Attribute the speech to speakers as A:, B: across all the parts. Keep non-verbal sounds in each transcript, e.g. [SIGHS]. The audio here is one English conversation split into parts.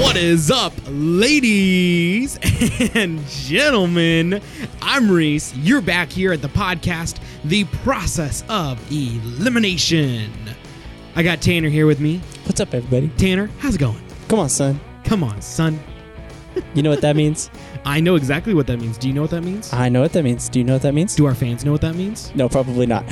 A: What is up, ladies [LAUGHS] and gentlemen? I'm Reese. You're back here at the podcast, The Process of Elimination. I got Tanner here with me.
B: What's up, everybody?
A: Tanner, how's it going?
B: Come on, son.
A: Come on, son.
B: You know what
A: [LAUGHS]
B: that means?
A: I know exactly what that means. Do you know what that means?
B: I know what that means. Do you know what that means?
A: Do our fans know what that means?
B: No, probably not.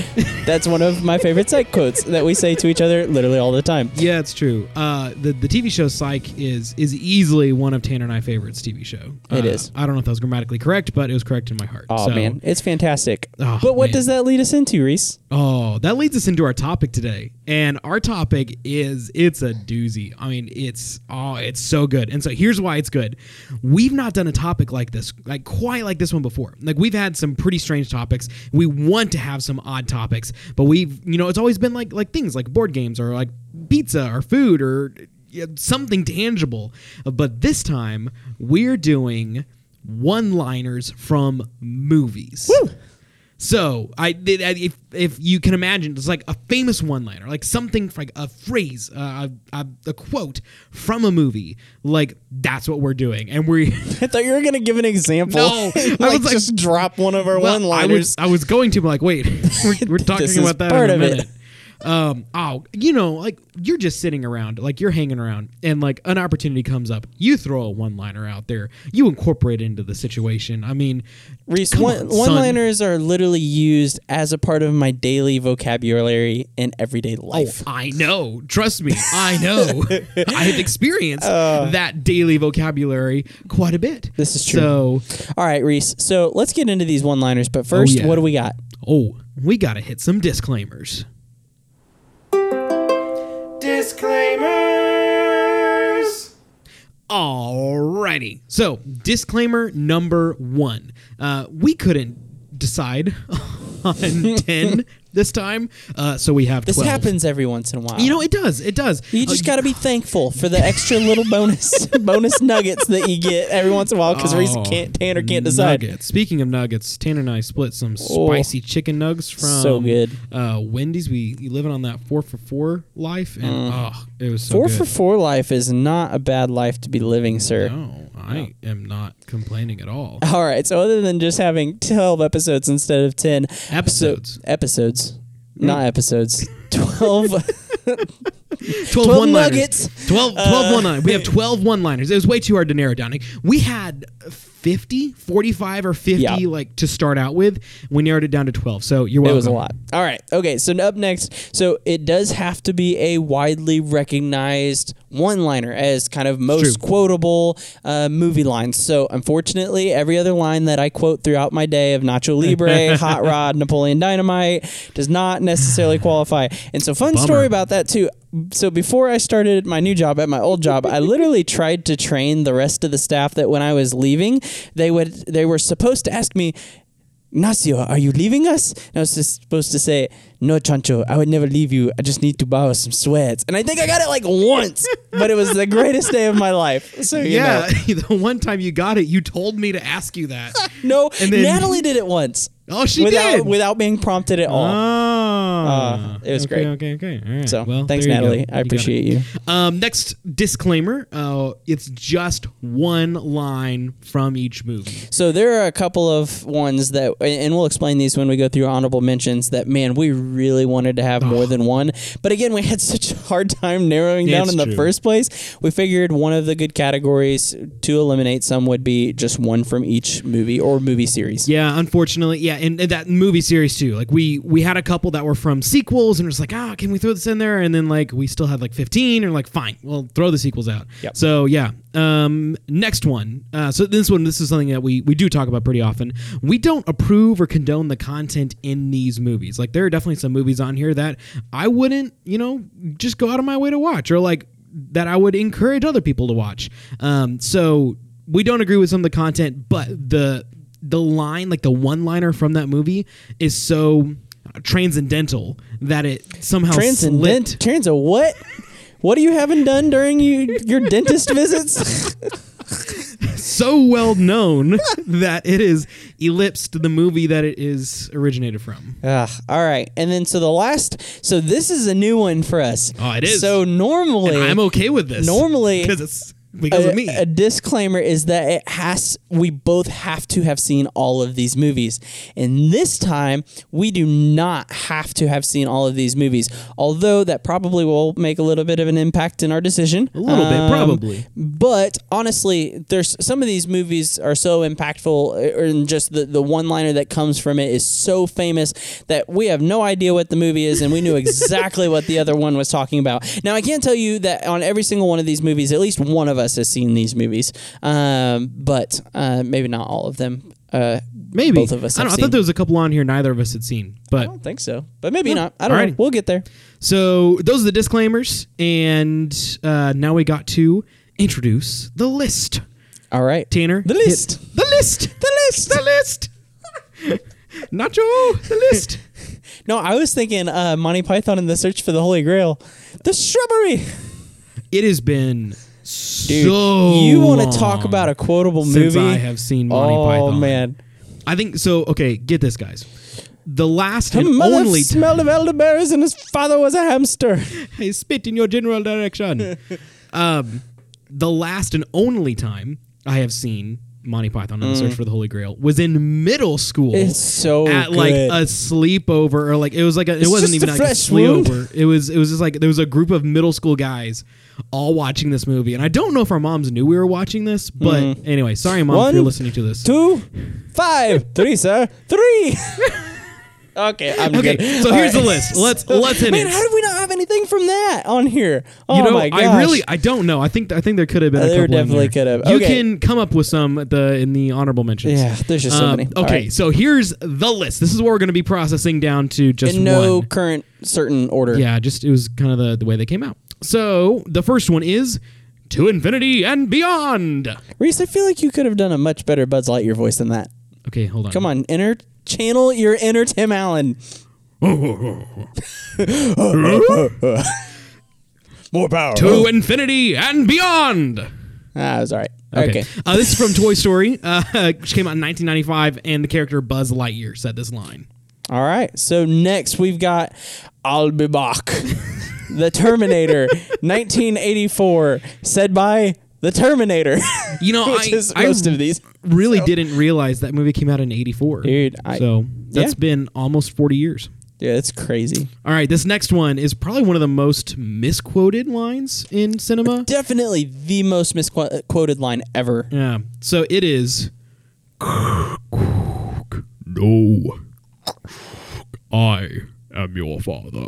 B: That's one of my favorite psych quotes that we say to each other literally all the time.
A: Yeah, it's true. Uh, the the TV show Psych is is easily one of Tanner and I favorites TV show.
B: It
A: Uh,
B: is.
A: I don't know if that was grammatically correct, but it was correct in my heart.
B: Oh,
A: So-
B: man. It's fantastic.
A: Oh,
B: but what
A: man.
B: does that lead us into, Reese?
A: Oh, that leads us into our topic today. And our topic is it's a doozy. I mean, it's oh, it's so good. And so here's why it's good. We've not done a topic like this, like quite like this one before. Like we've had some pretty strange topics. We want to have some odd topics, but we've, you know, it's always been like like things like board games or like pizza or food or yeah, something tangible. But this time, we're doing one-liners from movies. So I did. I- If if you can imagine, it's like a famous one-liner, like something like a phrase, uh, a, a, a quote from a movie. Like that's what we're doing, and we.
B: [LAUGHS]
A: [LAUGHS]
B: I thought you were going to give an example. [LAUGHS]
A: No, I
B: like,
A: was like-
B: just drop one of our
A: well,
B: one
A: I was
B: liners.
A: I was going to, but like, wait, [LAUGHS] we're, we're talking
B: [LAUGHS] This is
A: about that in
B: part
A: a
B: of it.
A: minute. Um, oh, you know, like you're just sitting around, like you're hanging around, and like an opportunity comes up, you throw a one-liner out there, you incorporate it into the situation. I mean,
B: Reese,
A: come
B: one,
A: on, son.
B: one-liners are literally used as a part of my daily vocabulary in everyday
A: Oh.
B: life.
A: I know. Trust me, I
B: [LAUGHS]
A: know. I have experienced that daily vocabulary quite a bit.
B: Uh. This is true.
A: So,
B: All right, Reese. So let's get into these one-liners. But first,
A: yeah.
B: what do we got?
A: oh, we got to hit some disclaimers.
C: Disclaimers!
A: Alrighty. So, disclaimer number one. Uh, we couldn't decide [LAUGHS] on
B: [LAUGHS]
A: 10 this time, uh, so we have
B: This
A: 12.
B: happens every once in a while.
A: You know, it does. It does.
B: You just
A: Uh,
B: got to be thankful for the extra little bonus [LAUGHS] bonus nuggets that you get every once in a while because Reese
A: Oh,
B: can't Tanner can't decide.
A: Nuggets. Speaking of nuggets, Tanner and I split some
B: Oh.
A: spicy chicken nugs from
B: So good.
A: Uh, Wendy's. We you living on that four for four life, and oh, it was so
B: Mm. Four
A: good.
B: for four life is not a bad life to be living, sir.
A: No, I am not complaining at
B: [LAUGHS]
A: all.
B: All right, so other than just having twelve episodes instead of ten so-
A: Episodes. Hmm?
B: episodes, not episodes, twelve.
A: [LAUGHS] 12,
B: 12
A: one-liners.
B: nuggets. Uh,
A: 12, 12 one-liners. We have 12 one-liners. It was way too hard to narrow down. Like, we had 50, 45 or 50
B: Yeah.
A: like to start out with. We narrowed it down to 12. So you're welcome.
B: It was a lot. All right. Okay. So up next, so it does have to be a widely recognized one-liner as kind of most
A: true.
B: quotable uh, movie lines. So unfortunately, every other line that I quote throughout my day of Nacho
A: [LAUGHS]
B: Libre, Hot Rod, Napoleon Dynamite does not necessarily qualify. And so, fun story about that too. So before I started my new job at my old job, I literally [LAUGHS] tried to train the rest of the staff that when I was leaving, they would they were supposed to ask me, Ignacio, are you leaving us? And I was just supposed to say, No, Chancho, I would never leave you. I just need to borrow some sweats. And I think I got it like once, but it was the greatest day of
A: [LAUGHS]
B: my life. So, you
A: Yeah. the one time you got it, you told me to ask you
B: [LAUGHS]
A: that.
B: know. No,
A: And then-
B: Natalie did it once.
A: Oh, she
B: without,
A: did.
B: Without being prompted at all.
A: Oh,
B: Uh, it was
A: okay,
B: great.
A: Okay, okay. All right.
B: so,
A: well,
B: thanks,
A: there you go.
B: Natalie.
A: You got
B: I
A: it.
B: appreciate you.
A: Um, next disclaimer: uh, it's just one line from each movie.
B: So there are a couple of ones that, and we'll explain these when we go through honorable mentions. That man, we really wanted to have more than one, but again, we had [LAUGHS] such a hard time narrowing down
A: It's
B: in the
A: true.
B: first place. We figured one of the good categories to eliminate some would be just one from each movie or movie series.
A: Yeah, unfortunately, yeah, and, and that movie series too. Like we we had a couple that were from sequels, and it was like, ah, can we throw this in there? And then like we still had like fifteen, and like fine, we'll throw the sequels out.
B: Yep.
A: So yeah. Um, next one. Uh, so this one, this is something that we we do talk about pretty often. We don't approve or condone the content in these movies. Like there are definitely some movies on here that I wouldn't, you know, just go out of my way to watch, or like that I would encourage other people to watch. Um, so we don't agree with some of the content, but the the line, like the one liner from that movie, is so transcendental that it somehow slipped
B: Transcendent, trans what? What are you having done during you your
A: [LAUGHS]
B: dentist visits?
A: so well known [LAUGHS] that it is ellipsed the movie that it is originated from.
B: Ugh, all right, and then so the last, so this is a new one for us.
A: Oh, it is.
B: So normally
A: And I'm okay with this.
B: Normally-
A: because it's because
B: a,
A: of me.
B: a disclaimer is that it has we both have to have seen all of these movies. And this time we do not have to have seen all of these movies. Although that probably will make a little bit of an impact in our decision.
A: A little bit, probably.
B: But honestly, there's some of these movies are so impactful uh, and just the, the one liner that comes from it is so famous that we have no idea what the movie is and we knew exactly what the other one was talking about. Now I can't tell you that on every single one of these movies, at least one of us has seen these movies. Um, but uh, maybe not all of them. Uh,
A: Maybe
B: both of us
A: I, don't, know, I
B: have seen. Oh.
A: thought there was a couple on here neither of us had seen, but
B: I don't think so, but maybe not. I don't know.
A: Alrighty.
B: We'll get there.
A: So those are the disclaimers, and uh, now we got to introduce the list.
B: All right,
A: Tanner,
B: The
A: hit
B: list.
A: the list, the list, the list. [LAUGHS] Nacho, the list.
B: No, I was thinking uh, Monty Python and the Search for the Holy Grail, the shrubbery.
A: It has been
B: Dude,
A: so.
B: you want to talk
A: long
B: about a quotable
A: since
B: movie?
A: I have seen Monty
B: oh,
A: Python.
B: man,
A: I think so. Okay, get this, guys. The last
B: her
A: and
B: mother
A: only [LAUGHS] time
B: smelled of elderberries, and his father was a hamster.
A: I spit in your general direction.
B: [LAUGHS]
A: um, the last and only time I have seen Monty Python and the Search for the Holy Grail was in middle school.
B: Mm. It's so
A: at like
B: Oh, good.
A: a sleepover or like it was like a, it
B: It's
A: wasn't
B: just
A: even
B: a
A: like a
B: fresh wound.
A: sleepover. It was it was just like there was a group of middle school guys all watching this movie, and I don't know if our moms knew we were watching this, but anyway, sorry mom if
B: Mm-hmm. One,
A: you're listening to this.
B: Two, five, three, sir, three. [LAUGHS] okay, I'm
A: Okay,
B: good.
A: so
B: All
A: here's the
B: [LAUGHS]
A: list. Let's- let's hit
B: man,
A: it.
B: how did we not have anything from that on here? Oh
A: you know,
B: my gosh. Uh,
A: I really, I don't know. I think, I think there could have been. a
B: There
A: couple in
B: definitely
A: there.
B: could have.
A: You
B: Okay.
A: can come up with some at the in the honorable mentions.
B: Yeah, there's just so
A: Um,
B: many. All
A: Okay,
B: right.
A: so here's the list. This is what we're going to be processing down to just
B: in no
A: one.
B: current certain order.
A: Yeah, just it was kind of the, the way they came out. So the first one is to infinity and beyond.
B: Reese, I feel like you could have done a much better Buzz Lightyear voice than that.
A: Okay, hold on.
B: Come on, inner channel your inner Tim Allen. More power.
A: To infinity and beyond.
B: Ah, it was all right. Okay.
A: Uh, this is from Toy Story, uh, [LAUGHS] which came out in 1995, and the character Buzz Lightyear said this line.
B: All right. So next we've got I'll be back. the
A: [LAUGHS]
B: Terminator 1984 said by the Terminator.
A: [LAUGHS] You know,
B: Which
A: I,
B: is
A: I
B: most of these.
A: really didn't realize that movie came out in 84.
B: Dude, I-
A: so that's
B: yeah.
A: been almost 40 years.
B: Yeah, it's crazy.
A: All right, this next one is probably one of the most misquoted lines in cinema.
B: Definitely the most misquoted line ever.
A: Yeah. So it is. No. I am your father.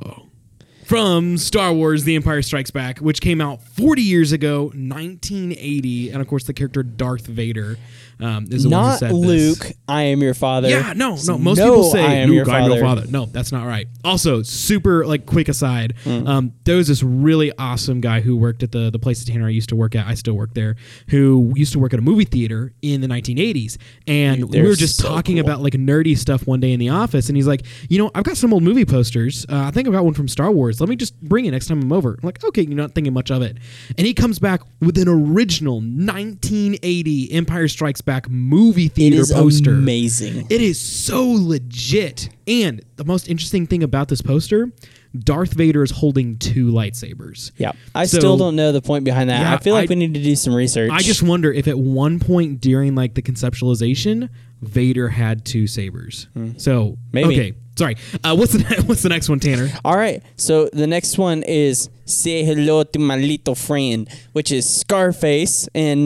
A: From Star Wars The Empire Strikes Back, which came out 40 years ago, 1980. And of course, the character Darth Vader um, is the one who
B: Not
A: said this.
B: Luke, I am your father.
A: Yeah, no, no. Most
B: No,
A: people say
B: I am
A: Luke,
B: your
A: I'm your
B: father.
A: father. No, that's not right. Also, super like quick aside.
B: Mm.
A: Um, there was this really awesome guy who worked at the the place that Tanner I used to work at. I still work there. Who used to work at a movie theater in the 1980s, and
B: they're
A: we were just
B: so
A: talking
B: cool.
A: about like nerdy stuff one day in the office, and he's like, you know, I've got some old movie posters. Uh, I think I've got one from Star Wars. Let me just bring it next time I'm over. I'm like, okay, you're not thinking much of it. And he comes back with an original 1980 Empire Strikes Back movie
B: It
A: theater
B: is
A: poster.
B: amazing.
A: It is so legit. And the most interesting thing about this poster, Darth Vader is holding two lightsabers.
B: Yeah, I
A: So-
B: still don't know the point behind that.
A: Yeah,
B: I feel like
A: I-
B: we need to do some research.
A: I just wonder if at one point during like the conceptualization, Vader had two sabers. So
B: Hmm. Maybe.
A: okay, sorry. Uh, what's the [LAUGHS] what's the next one, Tanner?
B: All right, so the next one is "Say Hello to My Little Friend," which is Scarface in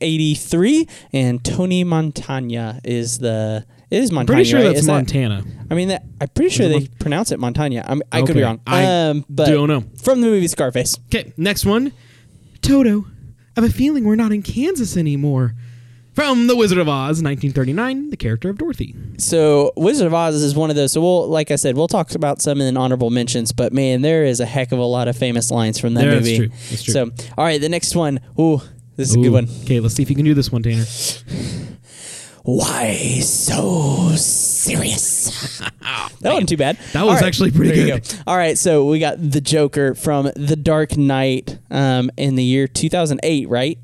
B: 1983, and Tony Montana is the. It is Montana.
A: Pretty sure
B: right?
A: that's
B: Is that-
A: Montana.
B: I mean, that, I'm pretty sure they pronounce it Montana. I'm, I could be
A: Okay,
B: wrong.
A: I
B: um, but
A: don't know.
B: From the movie Scarface.
A: Okay, next one. Toto, I have a feeling we're not in Kansas anymore. From The Wizard of Oz, 1939, the character of Dorothy.
B: So Wizard of Oz is one of those. So we'll, like I said, we'll talk about some in honorable mentions. But man, there is a heck of a lot of famous lines from that
A: Yeah, that's
B: movie.
A: true. That's true.
B: So all right, the next one. Ooh, this is a good one.
A: Okay, let's see if you can do this one, Tanner.
B: Why so serious? [LAUGHS] that wasn't too bad.
A: That was actually pretty
B: there you
A: good.
B: go. All right, so we got the Joker from The Dark Knight um, in the year 2008, right?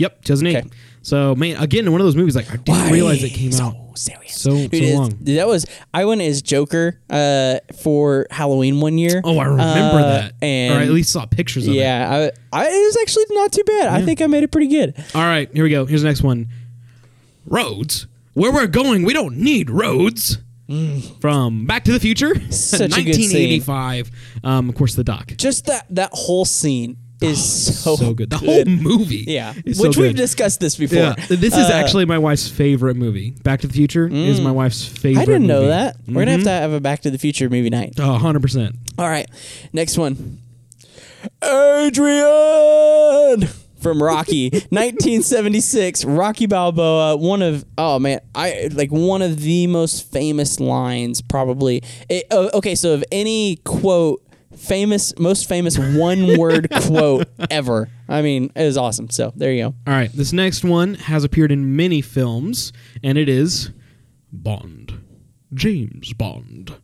A: Yep, 2008.
B: Okay.
A: So man, again, one of those movies like I didn't
B: Why
A: realize it came
B: so
A: out
B: serious.
A: So- so
B: it's-
A: long.
B: That was I went as Joker uh, for Halloween one year.
A: Oh, I remember
B: Uh,
A: that.
B: And
A: or I at least saw pictures of it.
B: yeah, I, I, it was actually not too bad. I think I made it pretty good.
A: All right, here we go. Here's the next one. Roads. Where we're going, we don't need roads. From Back to the Future, [LAUGHS]
B: Mm. Such a good scene.
A: 1985. Um, of course, the doc.
B: Just that that whole scene is so,
A: Oh, so good. The whole movie.
B: Oh, Yeah,
A: is so
B: which we've
A: good.
B: discussed this before.
A: Yeah. This is
B: Uh, Mm.
A: actually my wife's favorite movie. Back to the Future is my wife's favorite.
B: I didn't know
A: movie.
B: that. We're gonna have to have a Back to the Future movie night.
A: Oh, 100%.
B: All right, next one. Adrian from Rocky, 1976. Rocky Balboa, one of oh man, I like one of the most famous lines probably. It, oh, okay, so of any quote, famous, most famous one word quote ever. I mean, it was awesome. So there you go.
A: All right, this next one has appeared in many films, and it is Bond. James Bond.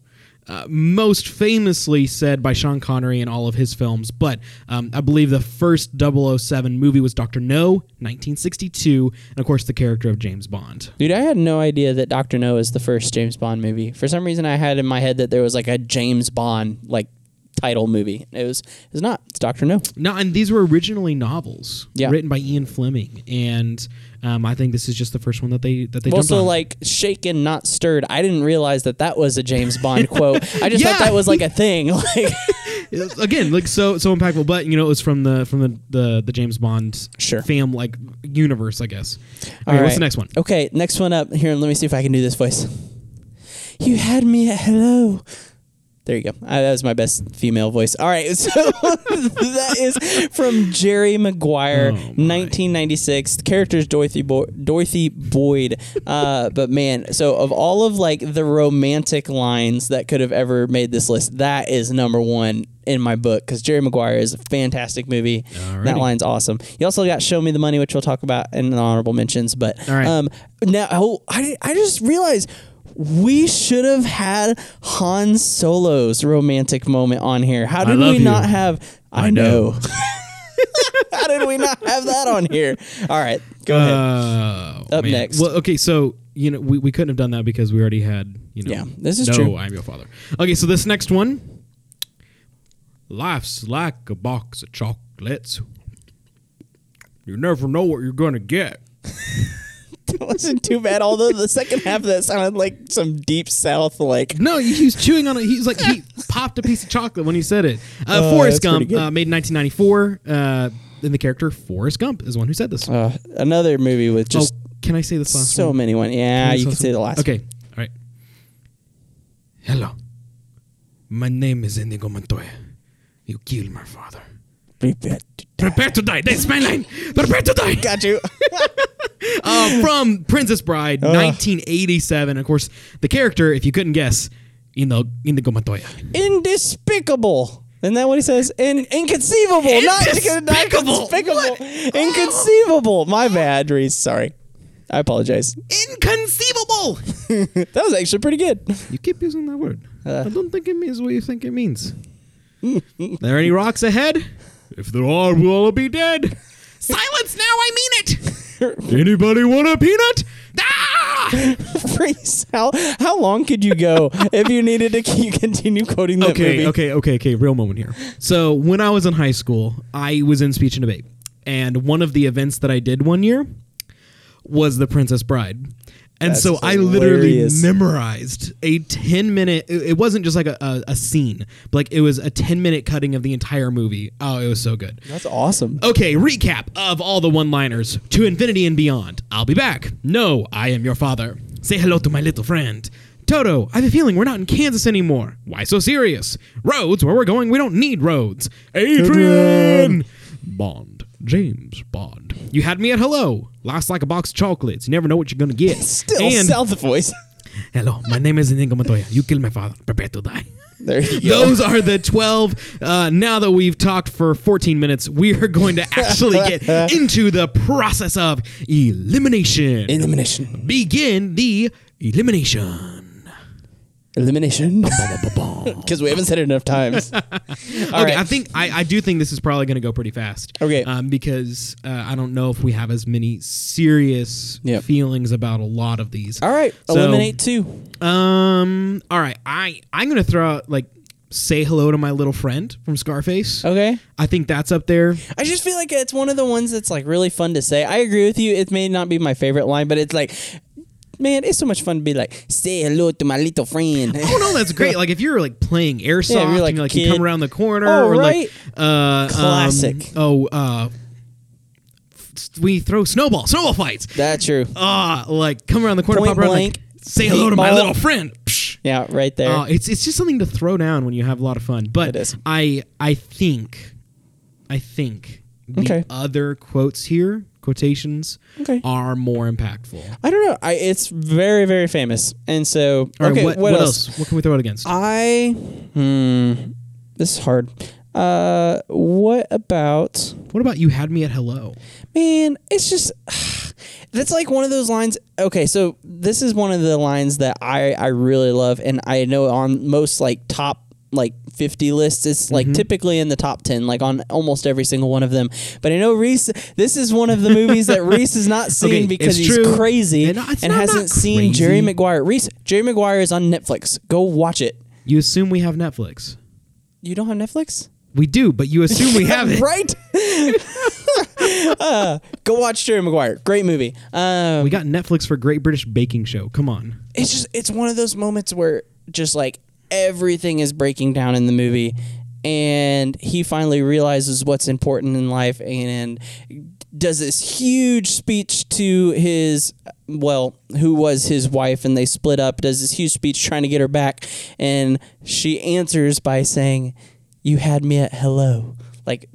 A: Uh, most famously said by Sean Connery in all of his films, but um, I believe the first 007 movie was Dr. No, 1962, and of course the character of James Bond.
B: Dude, I had no idea that Doctor No is the first James Bond movie. For some reason, I had in my head that there was like a James Bond like title movie. It was it's not. It's Doctor No.
A: No, and these were originally novels
B: Yeah.
A: written by Ian Fleming, and um, I think this is just the first one that they that they jumped
B: Also,
A: on.
B: like shaken, not stirred. I didn't realize that that was a James Bond quote. I
A: [LAUGHS]
B: just
A: Yeah.
B: thought that was like a thing. [LAUGHS] Like,
A: It's- again like so so impactful but you know it was from the from the the, the james bond
B: Sure.
A: fam like universe i guess okay
B: All
A: what's
B: right.
A: the next one
B: Okay, next one up. Here, let me see if I can do this voice. You had me at hello. There you go. Uh, that was my best female voice. All right, [LAUGHS] so that is from Jerry Maguire,
A: Oh, my.
B: 1996. The character's Dorothy Bo- Dorothy Boyd. Uh, but man, so of all of like the romantic lines that could have ever made this list, that is number one in my book because Jerry Maguire is a fantastic movie. That
A: Alrighty.
B: line's awesome. You also got "Show Me the Money," which we'll talk about in the honorable mentions. But
A: All right.
B: um, now oh, I I just realized we should have had Han Solo's romantic moment on here. How did
A: love
B: we
A: you.
B: not have? I,
A: I know.
B: know. [LAUGHS] How did we not have that on here? All right, go ahead. [LAUGHS]
A: uh,
B: Up next.
A: well okay so you know we, we couldn't have done that because we already had you know
B: Yeah, this is
A: no,
B: true.
A: i'm your father okay so this next one life's like a box of chocolates you never know what you're gonna get
B: It wasn't too bad. Although the second half of that sounded like some deep south, like
A: No, he he was chewing on it. He was like he popped a piece of chocolate when he said it. Uh,
B: Oh,
A: Forrest
B: that's pretty
A: Gump,
B: good.
A: uh, made in 1994. Uh, and the character Forrest Gump is the one who said this.
B: uh, another movie with
A: oh,
B: just
A: can I say this last
B: so
A: one?
B: many one. Yeah,
A: This
B: you can
A: last
B: say
A: one?
B: the last.
A: Okay, all right. Hello, my name is Inigo Montoya. You killed my father.
B: one.
A: Prepare to die. That's my line. Prepare to die.
B: Got you.
A: Uh, from Princess Bride, 1987. Of course, the character, if you couldn't guess, Inigo Inigo Montoya.
B: indespicable. Isn't that what he says? In, inconceivable. Not, not
A: Indespicable.
B: despicable. [LAUGHS] Inconceivable. My bad, Reese. Sorry. I apologize. [LAUGHS]
A: Inconceivable.
B: That was actually pretty good. [LAUGHS]
A: You keep using that word. I don't think it means what you think it means. there any rocks ahead? If there are, we'll all be dead. Silence now, I mean it. Anybody want a peanut? Ah!
B: Reese, how, how long could
A: [LAUGHS]
B: you go if you needed to keep, continue quoting that
A: Okay,
B: movie?
A: okay, okay, okay. Real moment here. So when I was in high school, I was in speech and debate, and one of the events that I did one year was The Princess Bride. And
B: That's
A: so I literally
B: hilarious.
A: memorized a 10 minute it, it wasn't just like a, a, a scene but like it was a 10 minute cutting of the entire movie oh it was so good
B: That's awesome.
A: okay recap of all the one liners to infinity and beyond i'll be back no i am your father say hello to my little friend toto i have a feeling we're not in kansas anymore why so serious roads where we're going we don't need roads adrian bond james bond you had me at hello last like a box of chocolates you never know what you're gonna get
B: Still
A: and
B: South voice. [LAUGHS]
A: hello my name is inigo montoya you killed my father prepare to die
B: There you go.
A: those are the 12. Uh, now that we've talked for 14 minutes, we are going to actually
B: [LAUGHS]
A: get into the process of elimination.
B: Elimination.
A: Begin the elimination. [LAUGHS]
B: elimination. [LAUGHS] Because we haven't said it enough times. All
A: okay,
B: right.
A: I think I, I do think this is probably going to go pretty fast.
B: Okay.
A: um, because uh, I don't know if we have as many serious
B: Yep.
A: feelings about a lot of these.
B: All right.
A: So-
B: eliminate two.
A: Um. All right. I I'm gonna throw out like say hello to my little friend from Scarface.
B: Okay.
A: I think that's up there.
B: I just feel like it's one of the ones that's like really fun to say. I agree with you. It may not be my favorite line, but it's like, man, it's so much fun to be like, say hello to my little friend. [LAUGHS]
A: Oh no, that's great. Like if you're like playing airsoft
B: Yeah, if you're,
A: and
B: like, a
A: like you
B: kid.
A: come around the corner
B: Oh,
A: or
B: right.
A: like uh um,
B: Classic.
A: oh uh f- we throw snowball, snowball fights.
B: That's true.
A: Ah, like come around the corner,
B: Point
A: pop around
B: blank,
A: like say hello to my
B: paintball.
A: little friend. Psh.
B: Yeah, right there.
A: Uh, it's it's just something to throw down when you have a lot of fun. But
B: It is.
A: I I think I think the
B: Okay.
A: other quotes here, quotations
B: Okay.
A: are more impactful.
B: I don't know. I, it's very, very famous. And so,
A: All right,
B: okay,
A: what,
B: what, else? Uh,
A: What can we throw it against?
B: I, hmm, this is hard. Uh, what about,
A: what about you had me at hello?
B: man, it's just, [SIGHS] that's like one of those lines. Okay, so this is one of the lines that I, I really love. And I know on most like top, like 50 lists, it's
A: Mm-hmm.
B: like typically in the top 10, like on almost every single one of them. But I know Reese, this is one of the movies that Reese has not seen
A: [LAUGHS] Okay,
B: because
A: it's
B: he's
A: true.
B: crazy and,
A: And it's not-
B: hasn't
A: not
B: seen Jerry
A: crazy.
B: Maguire. Reese, Jerry Maguire is on Netflix. Go watch it.
A: You assume we have Netflix.
B: You don't have Netflix?
A: We do, but you assume we have it.
B: [LAUGHS] right? Uh, go watch Jerry Maguire. Great movie. Um,
A: We got Netflix for Great British Baking Show. Come on.
B: it's just it's one of those moments where just like everything is breaking down in the movie, and he finally realizes what's important in life and does this huge speech to his well who was his wife and they split up does this huge speech trying to get her back and she answers by saying you had me at hello like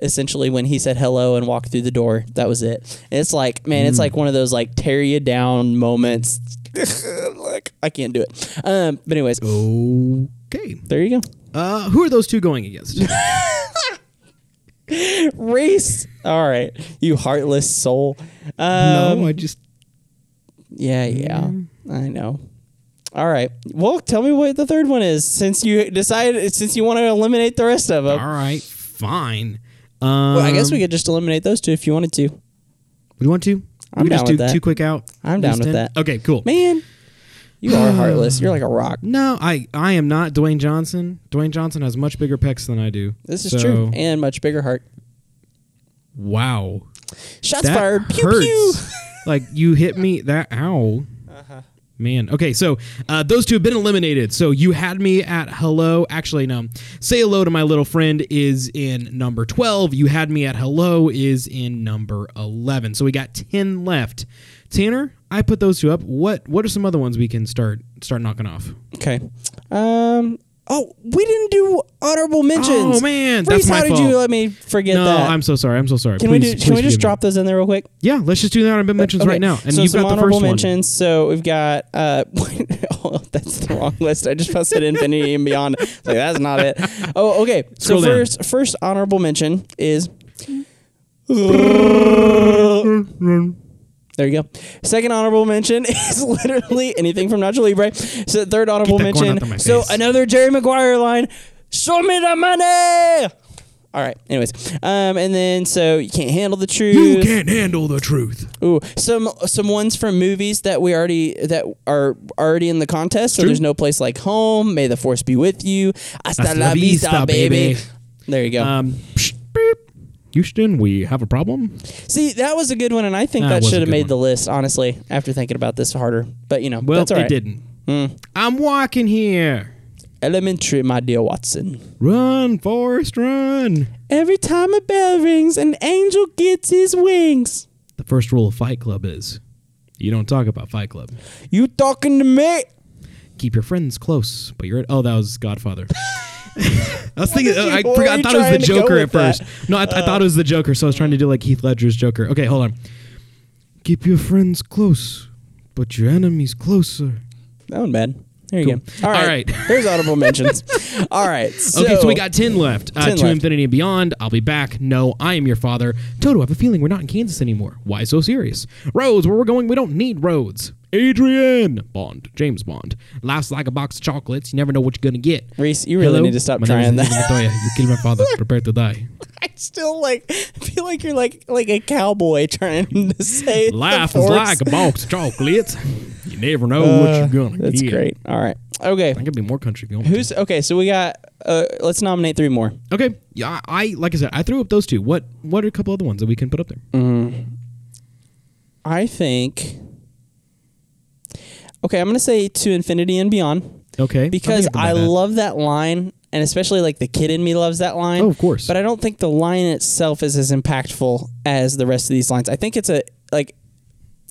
B: essentially when he said hello and walked through the door that was it And it's like man
A: Mm.
B: it's like one of those like tear you down moments [LAUGHS] like i can't do it um but anyways
A: Okay.
B: there you go [LAUGHS]
A: Uh, who are those two going against?
B: Um, race all right you heartless soul um
A: no, I just
B: yeah yeah i know all right well tell me what the third one is since you decided since you want to eliminate the rest of them
A: All right, fine. Um,
B: uh, well, i guess we could just eliminate those two if you wanted to
A: We want to.
B: I'm
A: we
B: down
A: just do
B: with that.
A: two quick out.
B: I'm down
A: Just
B: with
A: in?
B: that.
A: Okay, cool.
B: man you are heartless you're like a rock
A: No, I I am not Dwayne Johnson. Dwayne Johnson has much bigger pecs than I do.
B: This is
A: So-
B: true. And much bigger heart.
A: Wow.
B: Shots
A: that
B: fired. Pew
A: hurts.
B: pew.
A: like you hit me that ow. Man, okay, so uh, those two have been eliminated. So you had me at hello. Actually, no, say hello to my little friend is in number twelve. You had me at hello is in number eleven. So we got ten left. Tanner, I put those two up. What What are some other ones we can start start knocking off?
B: Okay. Um. Oh, we didn't do honorable mentions.
A: Oh, man,
B: Reese,
A: that's my
B: how did
A: fault.
B: you let me forget
A: no,
B: that?
A: I'm so sorry. I'm so sorry.
B: can we
A: please,
B: do?
A: please
B: Can we just
A: forgive me.
B: drop those in there real quick?
A: Yeah, let's just do the honorable mentions
B: Okay.
A: right now. And
B: so
A: you've
B: some
A: got the
B: honorable
A: first one.
B: mentions. So we've got. Uh, [LAUGHS] oh, that's the wrong list. I just posted Infinity and Beyond. It's Like that's not it. Oh, okay.
A: Scroll
B: so
A: down.
B: first, first honorable mention is. There you go. Second honorable mention [LAUGHS] is literally anything from Nacho Libre. So third honorable
A: Get that corn out of my
B: mention. So
A: face.
B: another Jerry Maguire line. Show me the money. All right. Anyways, um, and then so you can't handle the truth.
A: You can't handle the truth.
B: Ooh, some some ones from movies that we already that are already in the contest. So
A: True.
B: there's no place like home. May the force be with you. Hasta, la vista, baby. There you go.
A: Um, psh, beep. Houston, we have a problem.
B: See, that was a good one, and I think
A: That
B: that,
A: was a
B: should have
A: good
B: made
A: one.
B: the list. Honestly, after thinking about this harder, but you know,
A: Well,
B: that's all right. Hmm.
A: it didn't. I'm walking here.
B: Elementary, my dear Watson.
A: Run, Forrest, run.
B: Every time a bell rings, an angel gets his wings.
A: The first rule of Fight Club is you don't talk about Fight Club.
B: You talking to me?
A: Keep your friends close, but you're. Oh, that was Godfather. [LAUGHS] I was thinking.
B: did you-
A: I
B: where
A: forgot.
B: were
A: I
B: you
A: thought it was
B: trying
A: the
B: to go
A: Joker at
B: with that?
A: first. No, I, I thought it was the Joker, so I was trying to do like Heath Ledger's Joker. Okay, hold on. Keep your friends close, but your enemies closer.
B: That one bad. There you
A: Cool.
B: go. All
A: All
B: right.
A: right.
B: There's
A: [LAUGHS]
B: honorable mentions. All right. So,
A: Okay, so we got 10 left. Uh,
B: 10
A: to
B: left.
A: infinity and beyond. I'll be back. No, I am your father. Toto, I have a feeling we're not in Kansas anymore. Why so serious? Roads, where we're going, we don't need roads. Adrian Bond, James Bond. Life's like a box of chocolates. You never know what you're gonna get.
B: Reese, you really
A: Hello,
B: need to stop
A: my name
B: trying
A: is
B: that.
A: Adrian Montoya. You killed my
B: [LAUGHS]
A: father. Prepare to die.
B: I still like [LAUGHS] feel like you're like like a cowboy [LAUGHS] trying to say the
A: Life is
B: force. Uh,
A: like a box of chocolates. You never know what you're gonna
B: That's
A: get.
B: great. All right. Okay.
A: I could be more country if you want.
B: Who's okay? So we got. Uh, let's nominate three more.
A: Okay. Yeah, I like I said, I threw up those two. What what are a couple other ones that we can put up there?
B: Mm. I think. Okay, I'm gonna say to infinity and beyond
A: Okay.
B: because
A: I'll think
B: I
A: about that.
B: love that line, and especially like the kid in me loves that line.
A: Oh, of course.
B: But I don't think the line itself is as impactful as the rest of these lines. I think it's a like,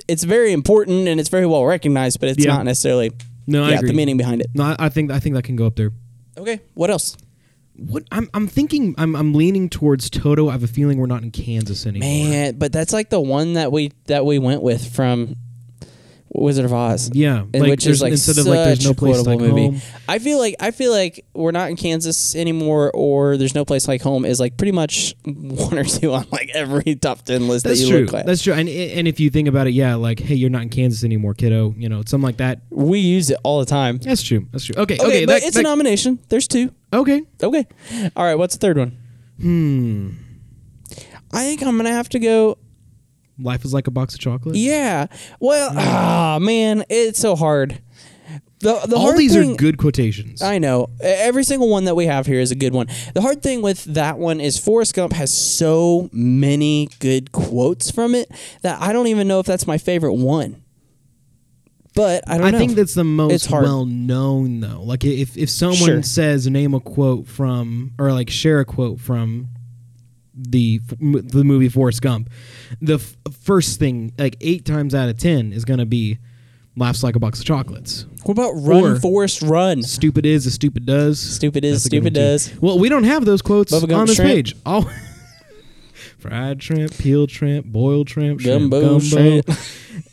B: it's very important and it's very well recognized, but it's
A: Yeah.
B: not necessarily
A: No, I
B: yeah,
A: agree.
B: the meaning behind it.
A: No, I- I think I think that can go up there.
B: Okay, what else?
A: What I'm I'm thinking I'm I'm leaning towards Toto. I have a feeling we're not in Kansas anymore.
B: Man, but that's like the one that we that we went with from Wizard of Oz.
A: Yeah,
B: And
A: like,
B: which is
A: there's-
B: like
A: instead
B: such
A: of, like, there's no
B: a
A: place
B: quotable
A: like
B: movie.
A: home.
B: I feel like I feel like we're not in Kansas anymore, or there's no place like home is like pretty much [LAUGHS] one or two on like every top ten list
A: That's
B: that you
A: true.
B: look at.
A: That's true. And and if you think about it, yeah, like hey, you're not in Kansas anymore, kiddo. You know, something like that.
B: we use it all the time.
A: That's true. That's true. Okay. Okay.
B: Okay, but
A: that-
B: it's
A: that-
B: a nomination. There's two.
A: okay.
B: Okay, all right. What's the third one?
A: Hmm.
B: I think I'm gonna have to go.
A: Life is like a box of chocolates.
B: Yeah. Well,
A: Mm.
B: ah, man, it's so hard. The, the
A: All
B: hard
A: these
B: thing-
A: are good quotations.
B: I know. E- Every single one that we have here is a good one. The hard thing with that one is Forrest Gump has so many good quotes from it that I don't even know if that's my favorite one. But I don't
A: I
B: know.
A: think that's the
B: It's
A: most
B: hard.
A: well known though. Like i- if if someone
B: Sure.
A: says name a quote from or like share a quote from the f- m- the movie Forrest Gump, the f- first thing like eight times out of ten is gonna be laughs like a box of chocolates.
B: what about Run
A: Or-
B: Forrest Run?
A: Stupid is as stupid does.
B: Stupid is
A: That's a good one,
B: stupid
A: too.
B: does.
A: Well, we don't have those quotes
B: Bubba gum
A: on this
B: shrimp.
A: page. All [LAUGHS] fried shrimp, peeled shrimp, boiled shrimp, shrimp [LAUGHS]
B: Gumbo. shrimp.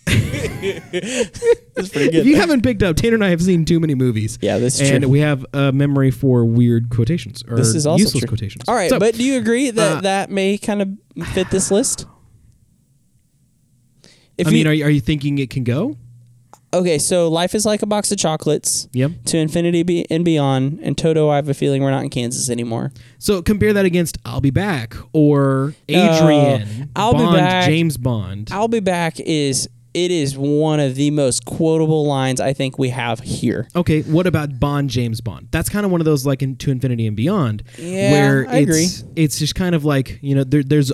B: [LAUGHS] that's pretty
A: If you
B: good.
A: haven't picked up, Tanner and I have seen too many movies.
B: Yeah, this is
A: and
B: true.
A: we have a memory for weird quotations or
B: This is also
A: useless
B: true.
A: quotations.
B: All right,
A: So,
B: but do you agree that
A: uh,
B: that may kind of fit this list? If
A: I
B: you,
A: mean, are you, are you thinking it can go?
B: okay, so life is like a box of chocolates.
A: Yep.
B: to infinity be- and beyond and toto i have a feeling we're not in kansas anymore
A: So compare that against "I'll Be Back" or "Adrian."
B: Uh, I'll Be
A: Bond,
B: Back.
A: James Bond.
B: i'll be back is it is one of the most quotable lines i think we have here
A: okay, what about Bond, James Bond? That's kind of one of those like in, to infinity and beyond,
B: Yeah,
A: where
B: I
A: it's it's just kind of like you know there, there's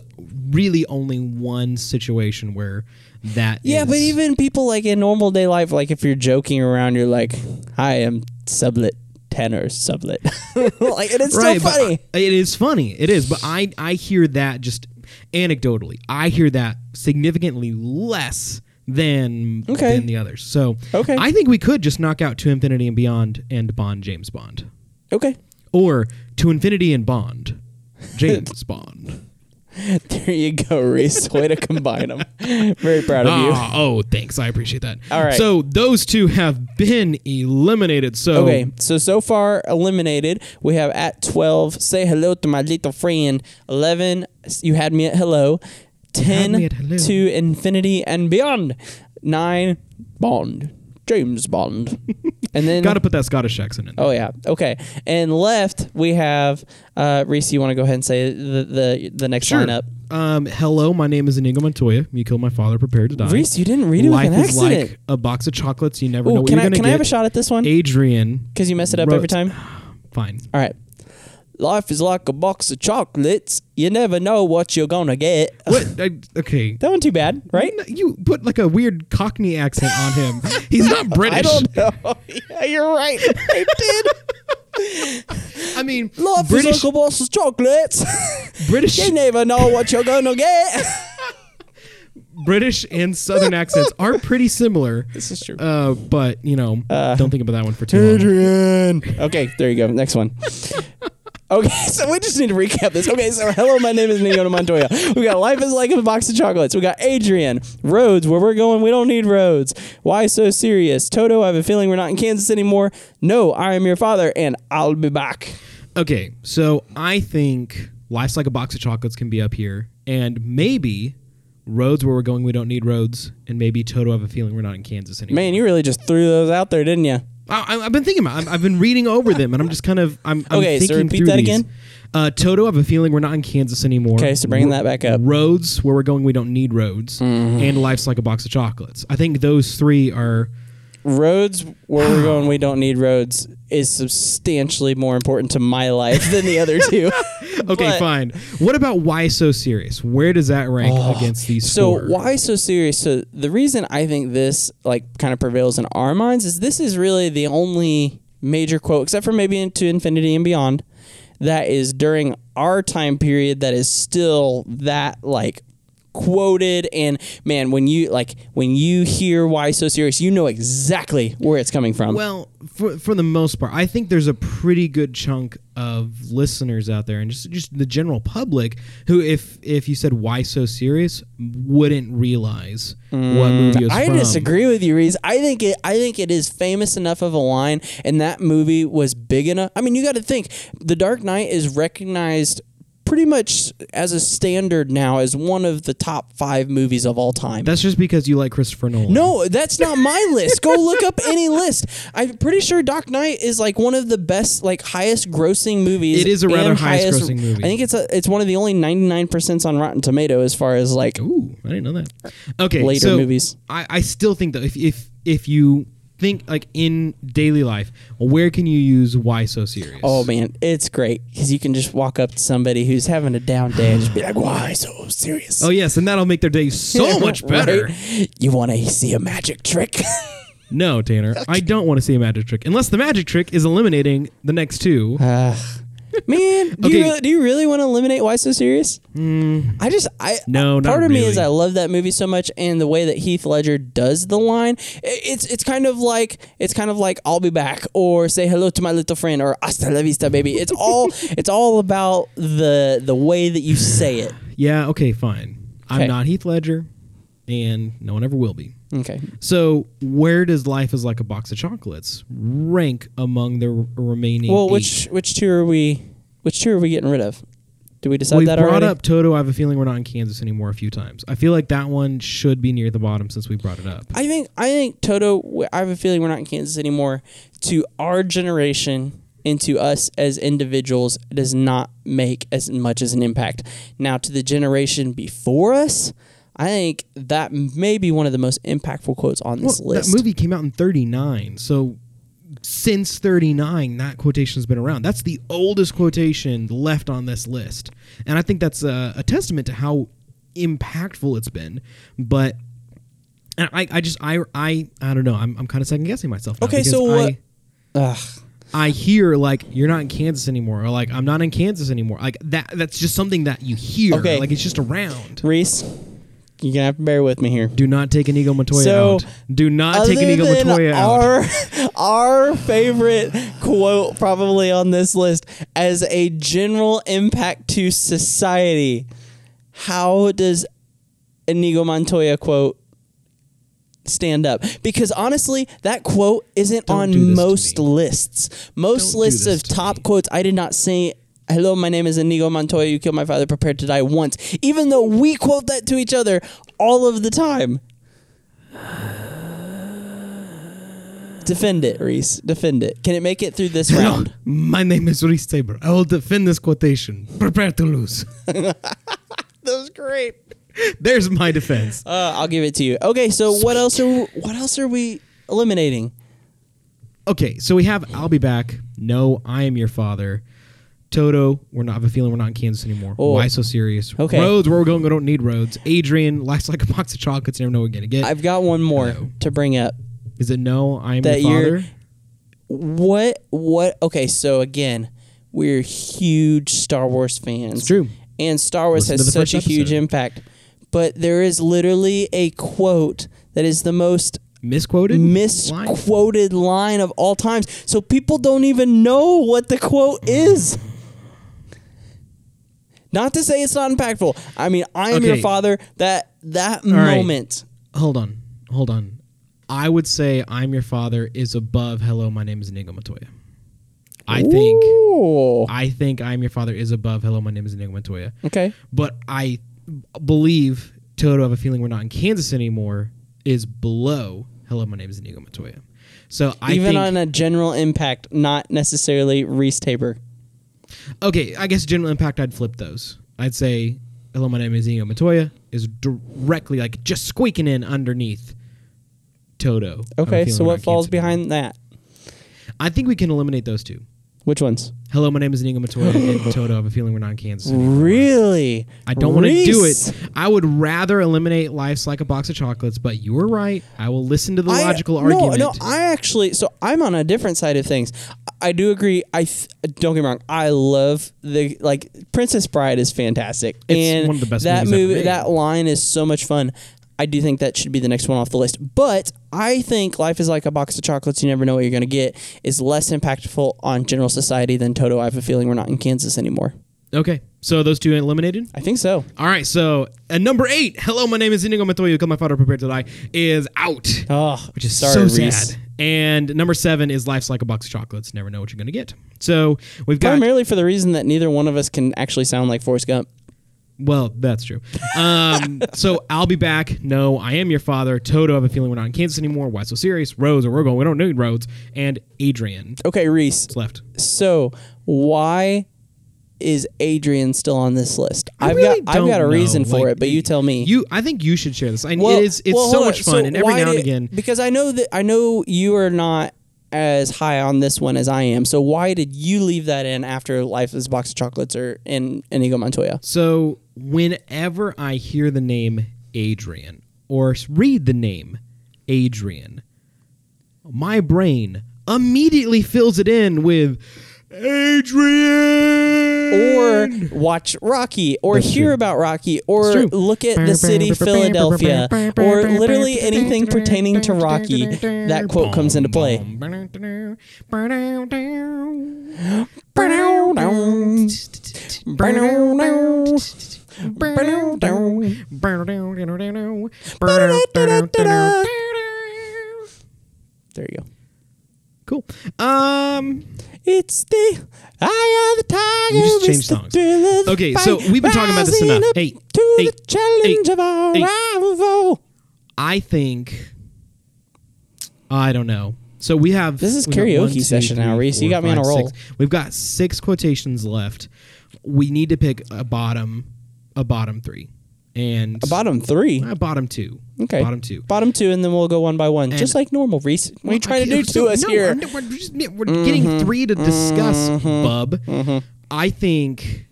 A: really only one situation where that
B: yeah
A: is-
B: but even people like in normal day life like if you're joking around you're like i am sublet tenor sublet [LAUGHS] like and it's so
A: but
B: funny
A: I- it is funny. It is, but I I hear that just anecdotally. I hear that significantly less than
B: Okay.
A: than the others. So
B: Okay.
A: I think we could just knock out to infinity and beyond and Bond James Bond,
B: okay
A: or to infinity and Bond
B: [LAUGHS]
A: James Bond.
B: there you go reese way to combine them very proud of you
A: Ah, oh, thanks. I appreciate that.
B: All right.
A: So those two have been eliminated. So
B: Okay, so so far eliminated. We have at twelve. Say hello to my little friend. Eleven. You had me at hello. Ten
A: Had me at hello.
B: to infinity and beyond. Nine. Bond. James Bond.
A: [LAUGHS]
B: and then.
A: got to put that Scottish accent in. There.
B: Oh yeah. Okay. And left we have uh, Reese. You want to go ahead and say the the, the next lineup?
A: Um, hello, my name is Inigo Montoya. You killed my father. Prepare to die.
B: Reese, you didn't read it
A: Life
B: with an
A: is
B: accident.
A: like a box of chocolates. You never know
B: Ooh,
A: what
B: can
A: you're
B: I
A: gonna
B: can
A: get.
B: I have a shot at this one?
A: Adrian,
B: Because you mess it up
A: wrote-
B: every time.
A: Fine.
B: [LAUGHS] All right. Life is like a box of chocolates. You never know what you're gonna get. [LAUGHS]
A: What? I, okay.
B: That one too bad, right?
A: You put like a weird Cockney accent on
B: [LAUGHS]
A: him. He's not British.
B: I don't know. [LAUGHS] yeah, you're right. I did.
A: I mean,
B: Life
A: British.
B: is like a box of chocolates. [LAUGHS]
A: British.
B: you never know what you're gonna get. [LAUGHS]
A: British and Southern accents are pretty similar.
B: [LAUGHS] this is true. Uh,
A: Uh, but you know, don't think about that one for too long.
B: Adrian. Okay, there you go. Next one. Okay, [LAUGHS] so we just need to recap this. Okay, so hello, my name is Nino Montoya. We got life is like a box of chocolates. We got Adrian, roads where we're going. We don't need roads. Why so serious? Toto, I have a feeling we're not in Kansas anymore. No, I am your father, and I'll be back.
A: Okay, so I think life's like a box of chocolates can be up here, and maybe roads where we're going, we don't need roads, and maybe Toto. I have a feeling we're not in Kansas anymore.
B: Man, you really just threw those out there, didn't you?
A: I, I- I've been thinking about. i I've been reading over them, and I'm just kind of. I'm, I'm
B: Okay, so
A: Thinking
B: repeat
A: through
B: that
A: these.
B: again.
A: Uh, Toto, I have a feeling we're not in Kansas anymore.
B: Okay, so bringing
A: Ro-
B: that back up. Mm-hmm.
A: Roads where we're going, we don't need roads, and life's like a box of chocolates. I think those three
B: [LAUGHS]
A: are.
B: Roads where we're going, we don't need roads is substantially more important to my life than the other two.
A: Okay,
B: But-
A: fine. What about why so serious? Where does that rank against these?
B: Oh, So
A: four?
B: why so serious? So the reason I think this like kind of prevails in our minds is this is really the only major quote, except for maybe into infinity and beyond, that is during our time period that is still that like quoted and man when you like when you hear why so serious you know exactly where it's coming from
A: Well, for for the most part, I think there's a pretty good chunk of listeners out there, and just just the general public, who if if you said why so serious, wouldn't realize what movie it's
B: Mm, I
A: from.
B: disagree with you, Reese. I think it. I think it is famous enough of a line, and that movie was big enough. I mean, you got to think The Dark Knight is recognized pretty much as a standard now as one of the top five movies of all time.
A: That's just because you like Christopher Nolan.
B: no, that's not my list. Go look up any list. I'm pretty sure Dark Knight is like one of the best, like highest grossing movies.
A: It is a rather
B: and
A: highest grossing movie.
B: I think it's a, it's one of the only 99% on Rotten Tomato as far as like
A: Ooh, I didn't know that. Okay,
B: Later
A: so
B: movies.
A: I, I still think though, if if if you think like in daily life, where can you use why so serious?
B: Oh man, it's great because you can just walk up to somebody who's having a down day and just be like, "Why so serious?"
A: Oh yes, and that'll make their day
B: [LAUGHS]
A: so much better.
B: Right? You want to see a magic trick? [LAUGHS]
A: No, Tanner, I don't want to see a magic trick unless the magic trick is eliminating the next two.
B: Ah. man, do
A: Okay. Hmm.
B: you really, do you really want to eliminate why so serious? I just I
A: No,
B: I-
A: not
B: part of me is
A: really.
B: I love that movie so much and the way that Heath Ledger does the line. i- It's it's kind of like it's kind of like I'll be back or say hello to my little friend or hasta la vista baby. It's all it's all about the the way that you
A: [LAUGHS]
B: say it.
A: Yeah, okay, fine. I'm
B: Okay.
A: not Heath Ledger, and no one ever will be.
B: Okay.
A: So, where does Life is Like a Box of Chocolates rank among the r- remaining?
B: Well,
A: eight?
B: which which two are we? Which two are we getting rid of? Do we decide
A: we
B: that
A: brought
B: already?
A: up Toto. I have a feeling we're not in Kansas anymore. A few times, I feel like that one should be near the bottom since we brought it up.
B: I think I think Toto. w- I have a feeling we're not in Kansas anymore. To our generation and to us as individuals, it does not make as much as an impact. Now, to the generation before us, I think that may be one of the most impactful quotes on this
A: Well,
B: list.
A: That movie came out in 39. So since 39, that quotation has been around. That's the oldest quotation left on this list. And I think that's a, a testament to how impactful it's been. But and I, I just, I, I, I don't know. I'm, I'm kind of second guessing myself. now
B: Okay,
A: because
B: so what-
A: I,
B: Ugh.
A: I hear like you're not in Kansas anymore, or like I'm not in Kansas anymore. Like that. That's just something that you hear.
B: Okay.
A: Like it's just around.
B: Reese, you're gonna have to bear with me here.
A: Do not take an Eagle Montoya
B: So,
A: out. Do not
B: other
A: take an Eagle
B: than
A: Montoya out.
B: our, Our favorite quote, probably on this list, as a general impact to society. How does Inigo Montoya quote stand up? Because honestly, that quote isn't
A: Don't do this to
B: on most
A: me.
B: lists.
A: Don't
B: Most
A: do
B: lists
A: this
B: of
A: to
B: top quotes, I did not say. Hello, my name is Inigo Montoya. You killed my father, prepared to die once. Even though we quote that to each other all of the time. Defend it, Reese. Defend it. Can it make it through this
A: Hello, [LAUGHS]
B: round?
A: my name is Reese Tabor. I will defend this quotation. Prepare to lose.
B: [LAUGHS] That was great.
A: There's my defense.
B: Uh, I'll give it to you. Okay, so what else are what else are we eliminating?
A: Okay, so we have I'll be back. No, I am your father. Toto, we're not I have a feeling we're not in Kansas anymore.
B: Oh.
A: Why so serious?
B: Okay.
A: Roads, where we're going, we don't need roads. Adrian, life's like a box of chocolates, you never know what you're gonna get.
B: I've got one more to bring up.
A: Is it no, I am
B: That
A: your father?
B: you're- What what okay, so again, we're huge Star Wars fans.
A: It's true.
B: And Star Wars
A: Listen to
B: has
A: the
B: such
A: first
B: a huge
A: episode.
B: impact. But there is literally a quote that is the most
A: Misquoted? Line?
B: misquoted line of all times. So people don't even know what the quote is. Not to say it's not impactful. I mean, I am your
A: Okay.
B: father. That that
A: right.
B: moment.
A: Hold on. Hold on. I would say I'm your father is above hello, my name is Inigo Montoya. I think
B: Ooh.
A: I think I'm your father is above hello, my name is Inigo Montoya.
B: Okay.
A: but I believe Toto, I have a feeling we're not in Kansas anymore, is below Hello, my name is Inigo Montoya. So I
B: Even
A: think,
B: on a general impact, not necessarily Reese Tabor.
A: okay, I guess general impact, I'd flip those. I'd say Hello, my name is Inigo Montoya is directly like just squeaking in underneath Toto. I have a
B: Okay,
A: feeling
B: so
A: we're
B: what
A: not
B: falls
A: Kansas anymore.
B: behind that?
A: I think we can eliminate those two.
B: Which ones?
A: Hello, my name is Inigo Montoya
B: [LAUGHS]
A: and Toto. I have a feeling we're not in Kansas. anymore.
B: Really?
A: I don't want to do
B: Reese.
A: it. I would rather eliminate life's like a box of chocolates, but you were right. I will listen to the
B: I-
A: logical
B: no,
A: argument.
B: No, I actually. So I'm on a different side of things. I I do agree. I th- don't get me wrong. I love the like Princess Bride is fantastic.
A: It's
B: and
A: one of the best
B: That
A: movies ever
B: movie,
A: made.
B: that line is so much fun. I do think that should be the next one off the list. But I think Life is Like a Box of Chocolates. You never know what you're going to get. Is less impactful on general society than Toto. I have a feeling we're not in Kansas anymore.
A: okay, so those two eliminated.
B: I think so.
A: All right, so and number eight. Hello, my name is Inigo Montoya. Come, my father prepared to die is out,
B: Oh,
A: Ah, which is
B: sorry,
A: so
B: Reese.
A: sad. And number seven is life's like a box of chocolates. Never know what you're gonna get. So we've got
B: Primarily for the reason that neither one of us can actually sound like Forrest Gump.
A: Well, that's true.
B: [LAUGHS]
A: Um, so I'll be back. No, I am your father. Toto, I have a feeling we're not in Kansas anymore. Why so serious? Rose or we're going. We don't need Rhodes. And Adrian
B: Okay, Reese.
A: is left.
B: So why is Adrian still on this list?
A: I
B: I've
A: really
B: got I've got a
A: don't
B: reason
A: know.
B: for
A: Like,
B: it, but you tell me.
A: You, I think you should share this. I,
B: Well-
A: it is. It's
B: well,
A: so
B: hold
A: much
B: on.
A: fun,
B: So
A: and every
B: why
A: now and
B: did-
A: again,
B: because I know that I know you are not as high on this one as I am. So why did you leave that in after Life is a Box of Chocolates or in Inigo Montoya?
A: So whenever I hear the name Adrian or s- read the name Adrian, my brain immediately fills it in with
B: Or
A: Adrian
B: watch Rocky, or
A: That's
B: hear
A: true.
B: about Rocky, or
A: It's true.
B: look at the city Philadelphia, or literally anything pertaining to Rocky. That quote comes into play. There you go.
A: Cool. Um
B: It's the eye of the tiger.
A: You just
B: it's
A: changed
B: the
A: songs.
B: thrill of the
A: Okay, so
B: fight,
A: we've been talking about this
B: rising
A: enough.
B: up
A: Eight,
B: To the
A: eight, eight,
B: challenge of our
A: eight.
B: rival.
A: I think I don't know. So we have
B: This is
A: we've got
B: karaoke session now, Reese. You got me on a roll.
A: six. We've got six quotations left. We need to pick a bottom, a bottom three, and
B: A bottom three.
A: a bottom two.
B: Okay.
A: bottom two.
B: Bottom two, and then we'll go one by one, just
A: And-
B: like normal, Reese. What are you
A: Well, I
B: trying to do
A: can't-
B: to
A: so-
B: us
A: no,
B: here? Mm-hmm.
A: I'm- we're just- we're getting three to discuss, bub. I think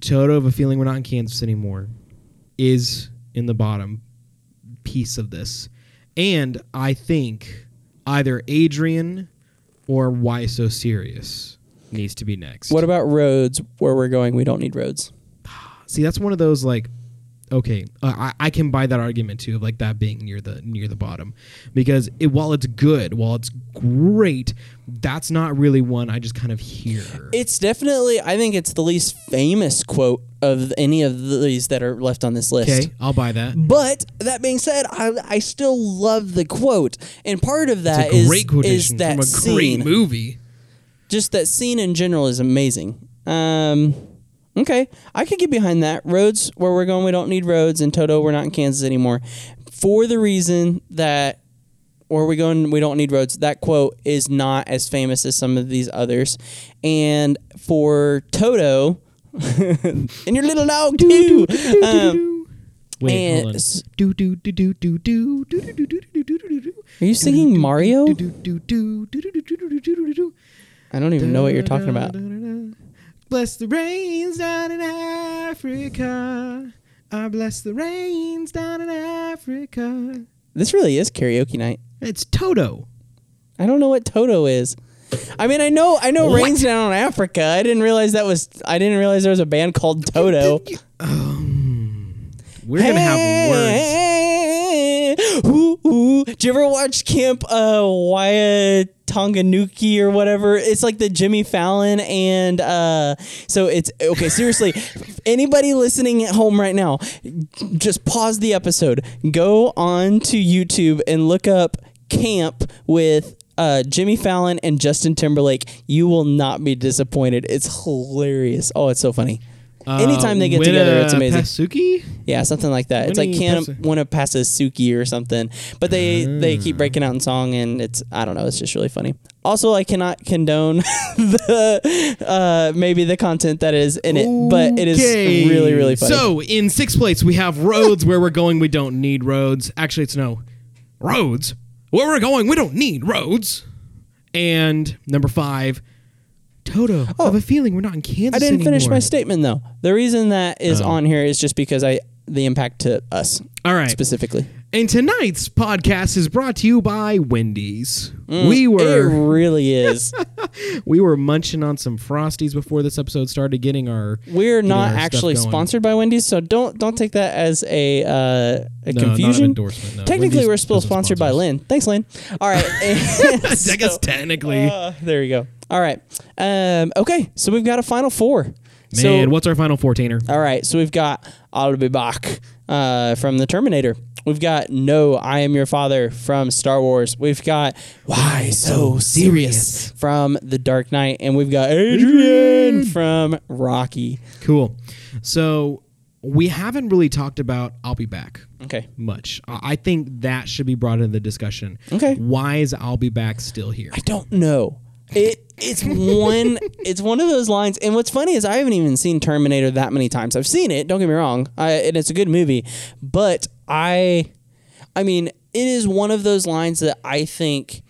A: Toto of a feeling we're not in Kansas anymore is in the bottom piece of this, and I think either Adrian or Why So Serious needs to be next.
B: What about roads? Where we're going, we don't need roads.
A: See, that's one of those like, okay, uh, I, I can buy that argument too of like that being near the near the bottom, because it, while it's good, while it's great, that's not really one I just kind of hear.
B: It's definitely, I think it's the least famous quote of any of these that are left on this list.
A: okay, I'll buy that.
B: But that being said, I, I still love the quote, and part of that
A: It's a
B: is
A: great quotation
B: is that
A: from a
B: scene.
A: great
B: [LAUGHS]
A: movie.
B: Just that scene in general is amazing. Um, okay, I could get behind that. Roads where we're going, we don't need roads, and Toto, we're not in Kansas anymore, for the reason that where we going, we don't need roads. That quote is not as famous as some of these others, and for Toto. [LAUGHS] and your little dog too. Um,
A: Wait,
B: and
A: hold on.
B: s-
A: Do do do do do do do do do do do do do do.
B: are you singing Mario?
A: Do do do do do do do do do do do.
B: I don't even know what you're talking about.
A: [LAUGHS] Bless the rains down in Africa. I bless the rains down in Africa.
B: This really is karaoke night.
A: It's Toto.
B: I don't know what Toto is. I mean, I know, I know,
A: What?
B: rains down on Africa. I didn't realize that was. I didn't realize there was a band called Toto.
A: um, We're gonna have words.
B: words. Ooh, ooh. Did you ever watch Camp uh, Waya Tonganuki or whatever? It's like the Jimmy Fallon and uh, so it's okay. Seriously, [LAUGHS] anybody listening at home right now, just pause the episode, go on to YouTube and look up Camp with. Uh, Jimmy Fallon and Justin Timberlake, you will not be disappointed. It's hilarious. Oh, it's so funny. Anytime they get together, it's amazing.
A: Um, uh, Pasuki?
B: Yeah, something like that. It's like
A: Winnie
B: can
A: Pasa-
B: wanna pass a Suki or something. But they
A: Ah.
B: they keep breaking out in song and it's I don't know, it's just really funny. Also, I cannot condone [LAUGHS] the uh, maybe the content that is in it, but it is
A: Okay.
B: really really funny.
A: So in sixth place, we have roads where we're going. We don't need roads. Actually, it's no roads where we're going. We don't need roads. And number five, Toto. I have a feeling we're not in Kansas.
B: I didn't finish my
A: anymore.
B: statement though. The reason that is on here is just because I the impact to us
A: Oh. All right.
B: specifically.
A: And tonight's podcast is brought to you by Wendy's.
B: Mm.
A: we
B: It
A: were
B: really is.
A: we were munching on some frosties before this episode started, getting our
B: We're not
A: our stuff
B: actually
A: going.
B: sponsored by Wendy's, so don't don't take that as a, uh, a
A: No, not an
B: confusion.
A: endorsement, no.
B: Technically,
A: Wendy's
B: we're still
A: doesn't
B: sponsored by
A: sponsor us.
B: Lynn. Thanks, Lynn. All
A: [LAUGHS]
B: right.
A: I [LAUGHS] guess technically.
B: [LAUGHS] Uh, there we go. All right. Um, okay, so we've got a final four. so
A: Man, what's our final fourteener?
B: all right, so we've got I'll be back uh, from the Terminator. We've got No, I am your father from Star Wars. We've got Why so serious from The Dark Knight, and we've got Adrian from Rocky.
A: Cool. So we haven't really talked about I'll be back
B: Okay.
A: much. I I think that should be brought into the discussion.
B: Okay.
A: Why is I'll be back still here?
B: I don't know. It it's one it's one of those lines. And what's funny is I haven't even seen Terminator that many times. I've seen it. Don't get me wrong. I, and it's a good movie, but I, I mean, it is one of those lines that I think.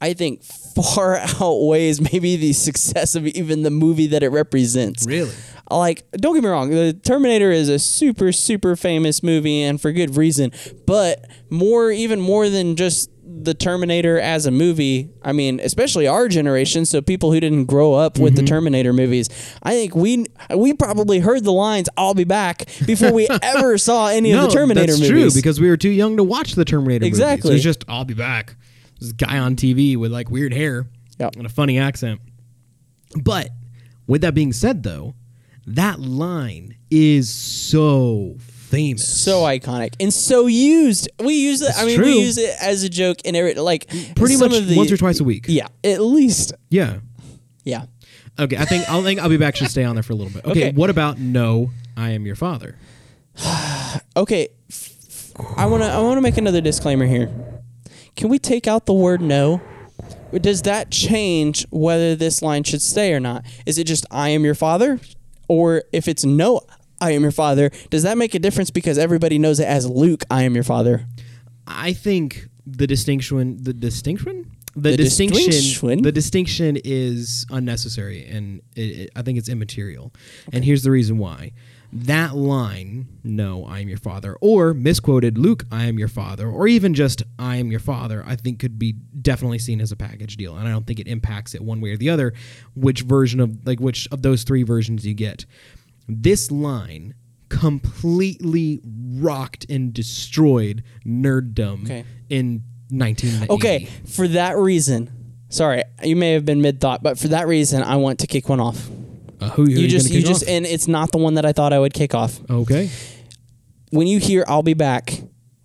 B: I think far [LAUGHS] outweighs maybe the success of even the movie that it represents
A: Really?
B: like don't get me wrong the terminator is a super super famous movie and for good reason but more even more than just the terminator as a movie i mean especially our generation so people who didn't grow up with
A: Mm-hmm.
B: the terminator movies i think we we probably heard the lines i'll be back
A: [LAUGHS]
B: before we ever saw any of the terminator
A: that's
B: movies
A: true because we were too young to watch the Terminator. movies.
B: Exactly.
A: It was just I'll be back. This guy on TV with like weird hair
B: Yep.
A: and a funny accent. But with that being said, though, that line is so famous.
B: so iconic and so used we use it i mean we
A: true.
B: use it as a joke and every like
A: pretty
B: some
A: much
B: of the,
A: once or twice a week.
B: yeah at least
A: Yeah.
B: yeah
A: Okay, I think I'll think I'll be back. Should stay on there for a little bit. Okay,
B: Okay.
A: what about no? I am your father.
B: okay f- f- i want to i want to make another disclaimer here can we take out the word no Or does that change whether this line should stay or not is it just i am your father or if it's no i am your father does that make a difference because everybody knows it as luke i am your father
A: I think the distinction, the distinction, the,
B: The
A: distinction,
B: distinction?
A: the distinction is unnecessary, and it, it, I think it's immaterial. And here's the reason why: that line, "No, I am your father," or misquoted, "Luke, I am your father," or even just "I am your father," I think could be definitely seen as a package deal, and I don't think it impacts it one way or the other. Which version of like which of those three versions you get? This line completely rocked and destroyed nerddom
B: Okay.
A: in 1980.
B: okay for that reason sorry you may have been mid-thought but for that reason i want to kick one off
A: Uh, who, who
B: you, just
A: gonna
B: you
A: kick
B: just
A: off?
B: and it's not the one that i thought i would kick off
A: okay.
B: when you hear I'll be back,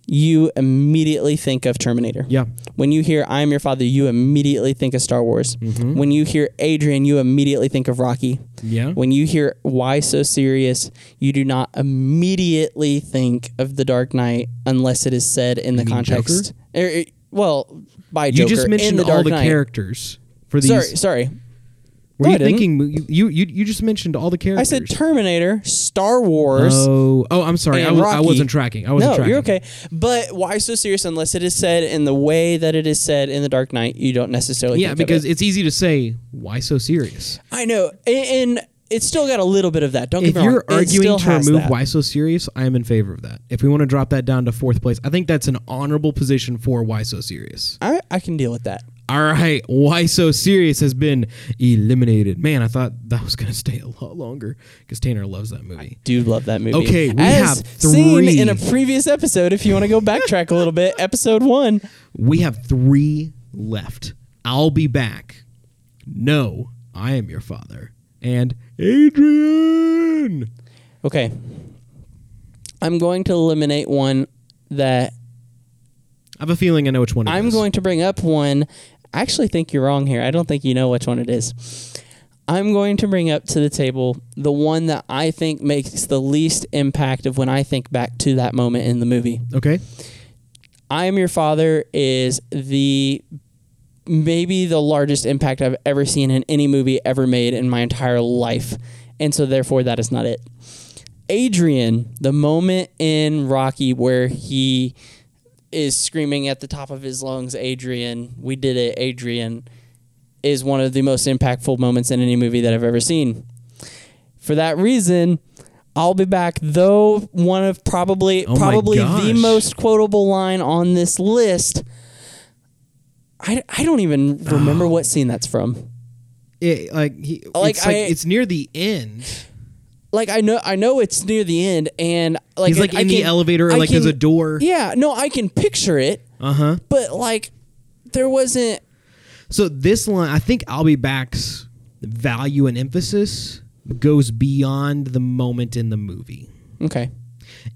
B: you immediately think of Terminator.
A: Yeah.
B: When you hear I am your father, you immediately think of Star Wars.
A: Mm-hmm.
B: When you hear Adrian, you immediately think of Rocky.
A: Yeah.
B: When you hear why so serious, you do not immediately think of The Dark Knight unless it is said in the
A: mean
B: context. Er, er, well, by
A: you
B: Joker
A: just
B: in
A: mentioned
B: the Dark
A: all the
B: Knight.
A: characters for these.
B: Sorry, sorry.
A: Were
B: No,
A: you
B: I didn't.
A: thinking you, you you you just mentioned all the
B: I
A: characters?
B: said Terminator, Star Wars,
A: Oh, oh, I'm sorry. I,
B: and
A: was, I
B: Rocky.
A: wasn't tracking. I wasn't
B: no,
A: tracking.
B: you're okay. But why so serious unless it is said in the way that it is said in The Dark Knight? You don't necessarily.
A: Yeah,
B: think of
A: because
B: it.
A: it's easy to say, why so serious?
B: I know, and, and it's still got a little bit of that. Don't
A: If
B: get me
A: you're
B: wrong. It
A: arguing
B: still
A: to
B: has
A: remove
B: that.
A: why so serious, I am in favor of that. If we want to drop that down to fourth place, I think that's an honorable position for why so serious.
B: I, I can deal with that.
A: All right, [LAUGHS] why so serious has been eliminated. Man, I thought that was gonna stay a lot longer because Tanner loves that movie.
B: Do love that movie.
A: Okay, we
B: As
A: have
B: seen
A: three.
B: in a previous episode. If you want to go backtrack a little bit, [LAUGHS] episode one.
A: We have three left. I'll be back. No, I am your father. And Adrian.
B: Okay, I'm going to eliminate one that
A: I have a feeling I know which one. it
B: I'm
A: is.
B: going to bring up one. I actually think you're wrong here. I don't think you know which one it is. I'm going to bring up to the table the one that I think makes the least impact of when I think back to that moment in the movie.
A: Okay.
B: I Am Your Father is the maybe the largest impact I've ever seen in any movie ever made in my entire life. And so therefore that is not it. Adrian, the moment in Rocky where he is screaming at the top of his lungs, Adrian, we did it, Adrian, is one of the most impactful moments in any movie that I've ever seen. For that reason, I'll be back though one of probably
A: Oh my
B: probably the
A: gosh.
B: most quotable line on this list. I, I don't even remember
A: Oh.
B: what scene that's from.
A: It, like he,
B: Like,
A: it's like
B: I-
A: it's near the end.
B: Like I know I know it's near the end and like
A: He's like
B: I
A: in the
B: can-
A: elevator,
B: I
A: like there's
B: can-
A: a door.
B: Yeah, no, I can picture it,
A: Uh huh.
B: but like there wasn't
A: So this line, I think I'll be back's value and emphasis goes beyond the moment in the movie.
B: Okay.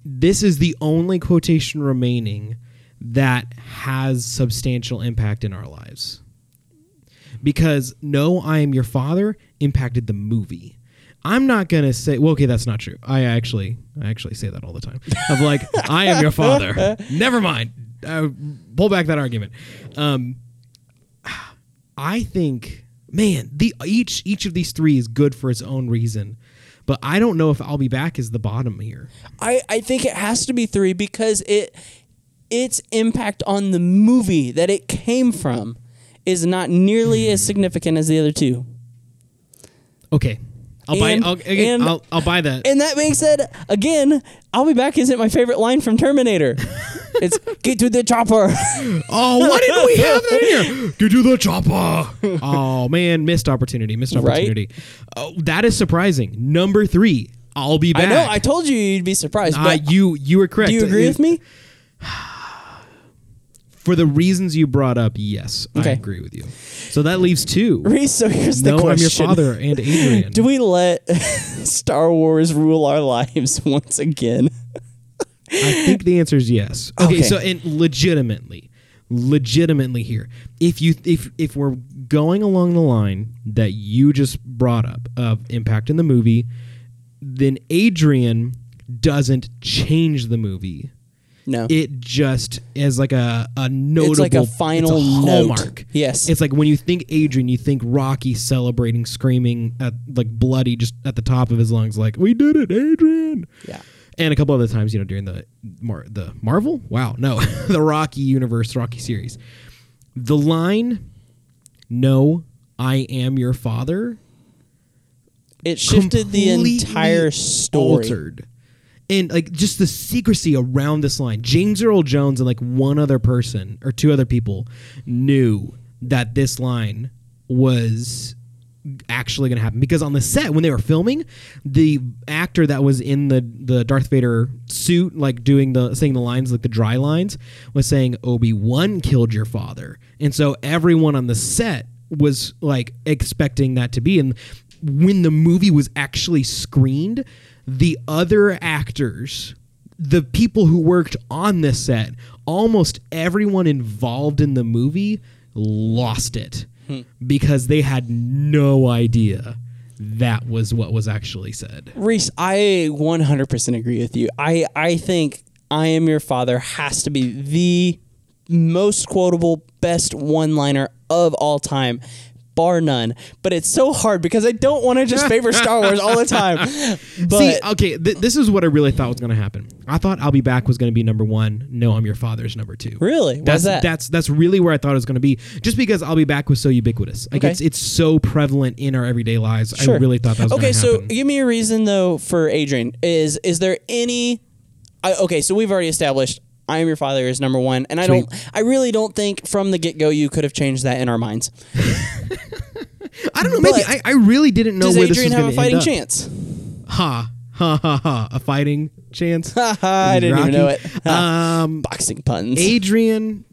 A: This is the only quotation remaining that has substantial impact in our lives. Because no, I am your father impacted the movie. I'm not gonna say well, okay, that's not true. I actually I actually say that all the time. Of like, [LAUGHS] I am your father. Never mind. Uh, pull back that argument. Um, I think, man, the each each of these three is good for its own reason, but I don't know if I'll be back is the bottom here.
B: I, I think it has to be three because it its impact on the movie that it came from is not nearly
A: Hmm.
B: as significant as the other two.
A: Okay, I'll
B: And-
A: buy. I'll, again,
B: and-
A: I'll, I'll buy that.
B: And that being said, again, I'll be back isn't my favorite line
A: [LAUGHS]
B: from Terminator. it's get to the chopper.
A: oh, why didn't we
B: [LAUGHS]
A: have that here? Get to the chopper. oh man, missed opportunity. Missed
B: Right?
A: opportunity. Oh, that is surprising. Number three, I'll be
B: I
A: back.
B: know I told you you'd be surprised,
A: Ah,
B: but
A: you you were correct. Uh,
B: do you agree with me?
A: For the reasons you brought up, yes,
B: Okay.
A: I agree with you. So that leaves two.
B: Reese, so here's the
A: no,
B: question.
A: I'm your father
B: [LAUGHS]
A: and Adrian.
B: Do we let [LAUGHS] Star Wars rule our lives [LAUGHS] once again?
A: I think the answer is yes. Okay,
B: Okay.
A: so and legitimately, legitimately here, if you if if we're going along the line that you just brought up of impact in the movie, then Adrian doesn't change the movie.
B: No.
A: It just is like a a notable,
B: it's like a
A: it's
B: final note.
A: hallmark.
B: Yes.
A: It's like when you think Adrian, you think Rocky celebrating, screaming at like bloody just at the top of his lungs, like "We did it, Adrian!"
B: yeah.
A: and a couple other times, you know, during the Mar- the Marvel, wow, no, [LAUGHS] the Rocky universe, Rocky series. The line, "No, I am your father,"
B: It shifted the
A: completely
B: entire story.
A: altered. And like just the secrecy around this line. James Earl Jones and like one other person or two other people knew that this line was actually going to happen because on the set when they were filming the actor that was in the the Darth Vader suit like doing the saying the lines like the dry lines was saying Obi-Wan killed your father and so everyone on the set was like expecting that to be and when the movie was actually screened the other actors the people who worked on this set almost everyone involved in the movie lost it
B: Hmm.
A: because they had no idea that was what was actually said.
B: Reese, I 100% agree with you. I, I think I Am Your Father has to be the most quotable, best one liner of all time, bar none. But it's so hard because I don't want to just favor Star Wars all the time. But
A: [LAUGHS] See, okay, th- this is what I really thought was going to happen. I thought I'll be back was going to be number 1, no I'm your father's number 2.
B: really,
A: That's
B: was that?
A: that's that's really where I thought it was going to be just because I'll be back was so ubiquitous. Like
B: Okay.
A: it's it's so prevalent in our everyday lives. I
B: Sure.
A: really thought that was
B: okay,
A: going to
B: so
A: happen.
B: give me a reason though for Adrian. Is is there any? I, okay, so we've already established I am your father is number one, and I don't. I really don't think from the get go you could have changed that in our minds.
A: I don't know maybe
B: but-
A: I, I really didn't know
B: Does
A: where
B: Adrian
A: this was
B: have
A: gonna
B: a fighting
A: end up.
B: chance? [LAUGHS]
A: Ha ha ha ha. A fighting chance.
B: Ha ha, I didn't even know
A: Rocky.
B: it. Ah,
A: um
B: Boxing puns.
A: Adrian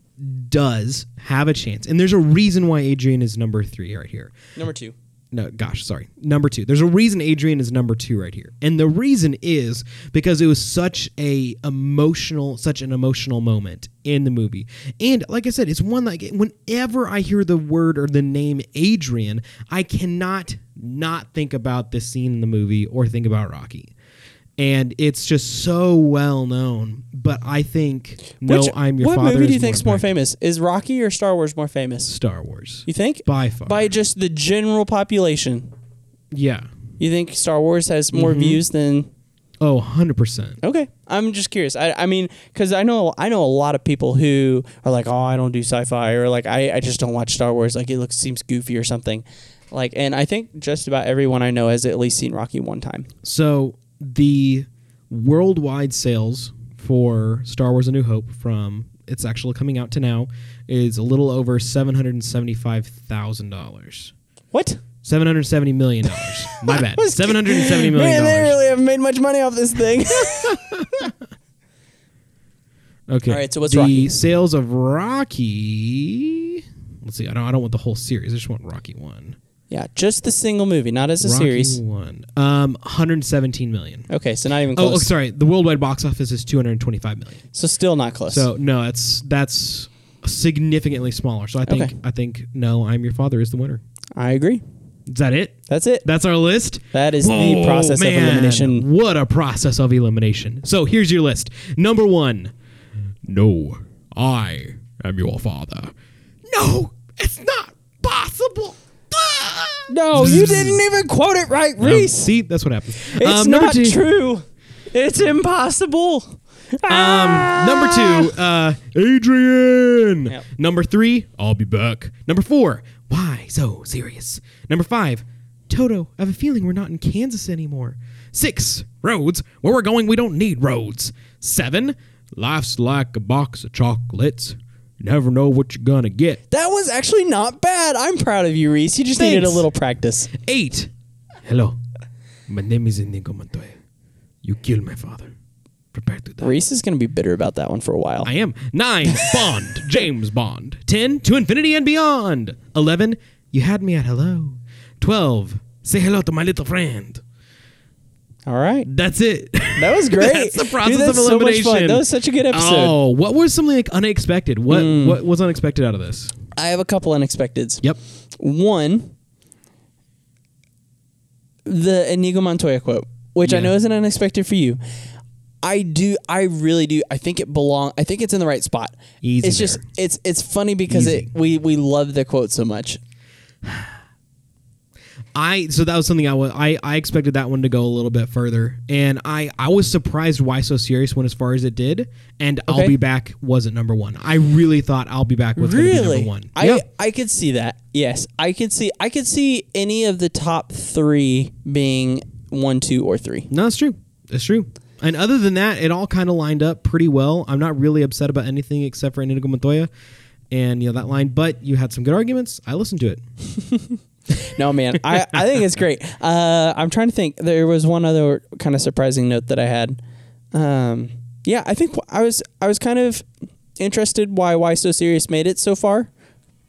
A: does have a chance, and there's a reason why Adrian is number three right here.
B: Number two.
A: No, gosh, sorry, number two. There's a reason Adrian is number two right here, and the reason is because it was such a emotional, such an emotional moment in the movie. And like I said, it's one like whenever I hear the word or the name Adrian, I cannot not think about this scene in the movie or think about Rocky. And it's just so well known, but I think no,
B: Which-
A: I'm your
B: what
A: father.
B: movie do you
A: is
B: think's more
A: impactful.
B: famous? Is Rocky or Star Wars more famous?
A: Star Wars
B: You think?
A: by far.
B: By just the general population.
A: yeah.
B: You think Star Wars has more
A: Mm-hmm.
B: views than
A: Oh, 100 percent.
B: Okay, I'm just curious. I, I mean, because I know I know a lot of people who are like, oh, I don't do sci-fi, or like, I, I just don't watch Star Wars. Like, it looks seems goofy or something. Like, and I think just about everyone I know has at least seen Rocky one time.
A: So the worldwide sales for Star Wars: A New Hope from its actual coming out to now is a little over seven hundred and seventy-five thousand dollars.
B: What?
A: Seven hundred seventy million
B: [LAUGHS]
A: dollars. My bad.
B: was-
A: Seven hundred
B: [LAUGHS]
A: seventy million
B: Man, they
A: dollars.
B: really haven't made much money off this thing. [LAUGHS]
A: Okay.
B: All right, so what's
A: the
B: Rocky?
A: sales of Rocky? Let's see. I don't. I don't want the whole series. I just want Rocky one.
B: yeah, just the single movie, not as a
A: Rocky
B: series.
A: one. Um, one hundred seventeen million.
B: Okay, so not even
A: Oh,
B: close.
A: oh, sorry. The worldwide box office is two hundred twenty-five million.
B: So still not close.
A: So no, that's that's significantly smaller. So I think
B: Okay.
A: I think no, I'm your father is the winner.
B: I agree.
A: Is that it?
B: That's it.
A: That's our list.
B: That is the
A: Whoa,
B: process of
A: man. [LAUGHS]
B: elimination.
A: What a process of elimination. So here's your list. Number one. No, I am your father. No, it's not possible. Ah!
B: No, you didn't even quote it right,
A: No,
B: Reese.
A: see, that's what happens.
B: It's
A: Um, number
B: not
A: two-
B: true. It's impossible.
A: Um, number two, uh, Adrian.
B: Yep.
A: Number three, I'll be back. Number four, why so serious? Number five, Toto, I have a feeling we're not in Kansas anymore. Six, roads. Where we're going, we don't need roads. Seven, life's like a box of chocolates. You never know what you're gonna get.
B: That was actually not bad. I'm proud of you, Reese. You just needed a
A: Thanks.
B: little practice.
A: Eight, hello, my name is Inigo Montoya. You killed my father. Prepare to die.
B: Reese is going to be bitter about that one for a while.
A: I am.
B: [LAUGHS]
A: Nine, Bond, James Bond. Ten, to infinity and beyond. Eleven, you had me at hello. Twelve, say hello to my little friend.
B: All right.
A: That's it.
B: That was great.
A: [LAUGHS] that's the
B: Dude,
A: process
B: that's
A: of
B: so much fun.
A: elimination.
B: That was such a good episode. Hmm.
A: Oh, what was something like unexpected? What what was unexpected out of this?
B: I have a couple unexpecteds.
A: Yep.
B: One, the Inigo Montoya quote, which I
A: Yeah.
B: know isn't unexpected for you. I do. I really do. I think it belong. I think it's in the right spot.
A: Easy
B: it's just.
A: there.
B: It's it's funny because it
A: Easy.
B: we we love the quote so much.
A: I so that was something I was I, I expected that one to go a little bit further, and I I was surprised why so serious went as far as it did, and
B: Okay.
A: I'll be back wasn't number one. I really thought I'll be back was gonna be
B: Really?
A: number one.
B: I
A: Yep.
B: I could see that. Yes, I could see. I could see any of the top three being one, two, or three.
A: No, it's true. It's true. And other than that, it all kind of lined up pretty well. I'm not really upset about anything except for Inigo Montoya and you know that line. But you had some good arguments. I listened to it. [LAUGHS]
B: No, man, I, I think it's great. Uh, I'm trying to think. There was one other kind of surprising note that I had. Um, yeah, I think I was I was kind of interested why why so serious made it so far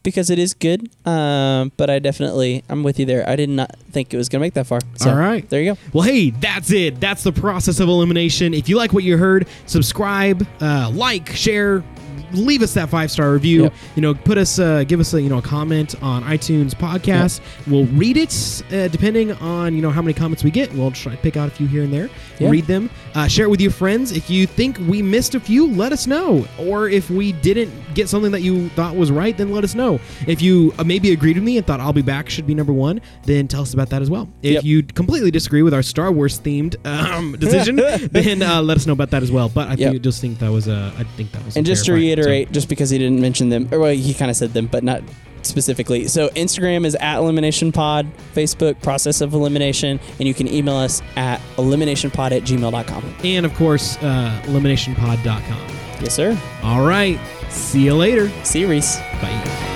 B: because it is good. Um, but I definitely I'm with you there. I did not think it was gonna make that far. So,
A: All right.
B: there you go.
A: Well, hey, that's it. That's the process of elimination. If you like what you heard, subscribe, uh, like, share, leave us that five star review.
B: Yep.
A: You know, put us, uh, give us a you know a comment on iTunes podcast. We'll read it uh, depending on you know how many comments we get. We'll try to pick out a few here and there,
B: Yeah.
A: read them, uh, share it with your friends. If you think we missed a few, let us know. Or if we didn't get something that you thought was right, then let us know. If you uh, maybe agreed with me and thought I'll be back should be number one, then tell us about that as well. If
B: Yep.
A: you completely disagree with our Star Wars themed
B: [LAUGHS]
A: um, decision, then uh, let us know about that as well. But I
B: Yep.
A: think just think that was uh, I think that was
B: And just to
A: clarifying, so.
B: reiterate, just because he didn't mention them, or well, he kind of said them, but not specifically. So Instagram is at Elimination Pod, Facebook, Process of Elimination, and you can email us at eliminationpod at gmail.com.
A: and of course uh, eliminationpod.com
B: Yes, sir.
A: all right see you later
B: See you, Reese.
A: bye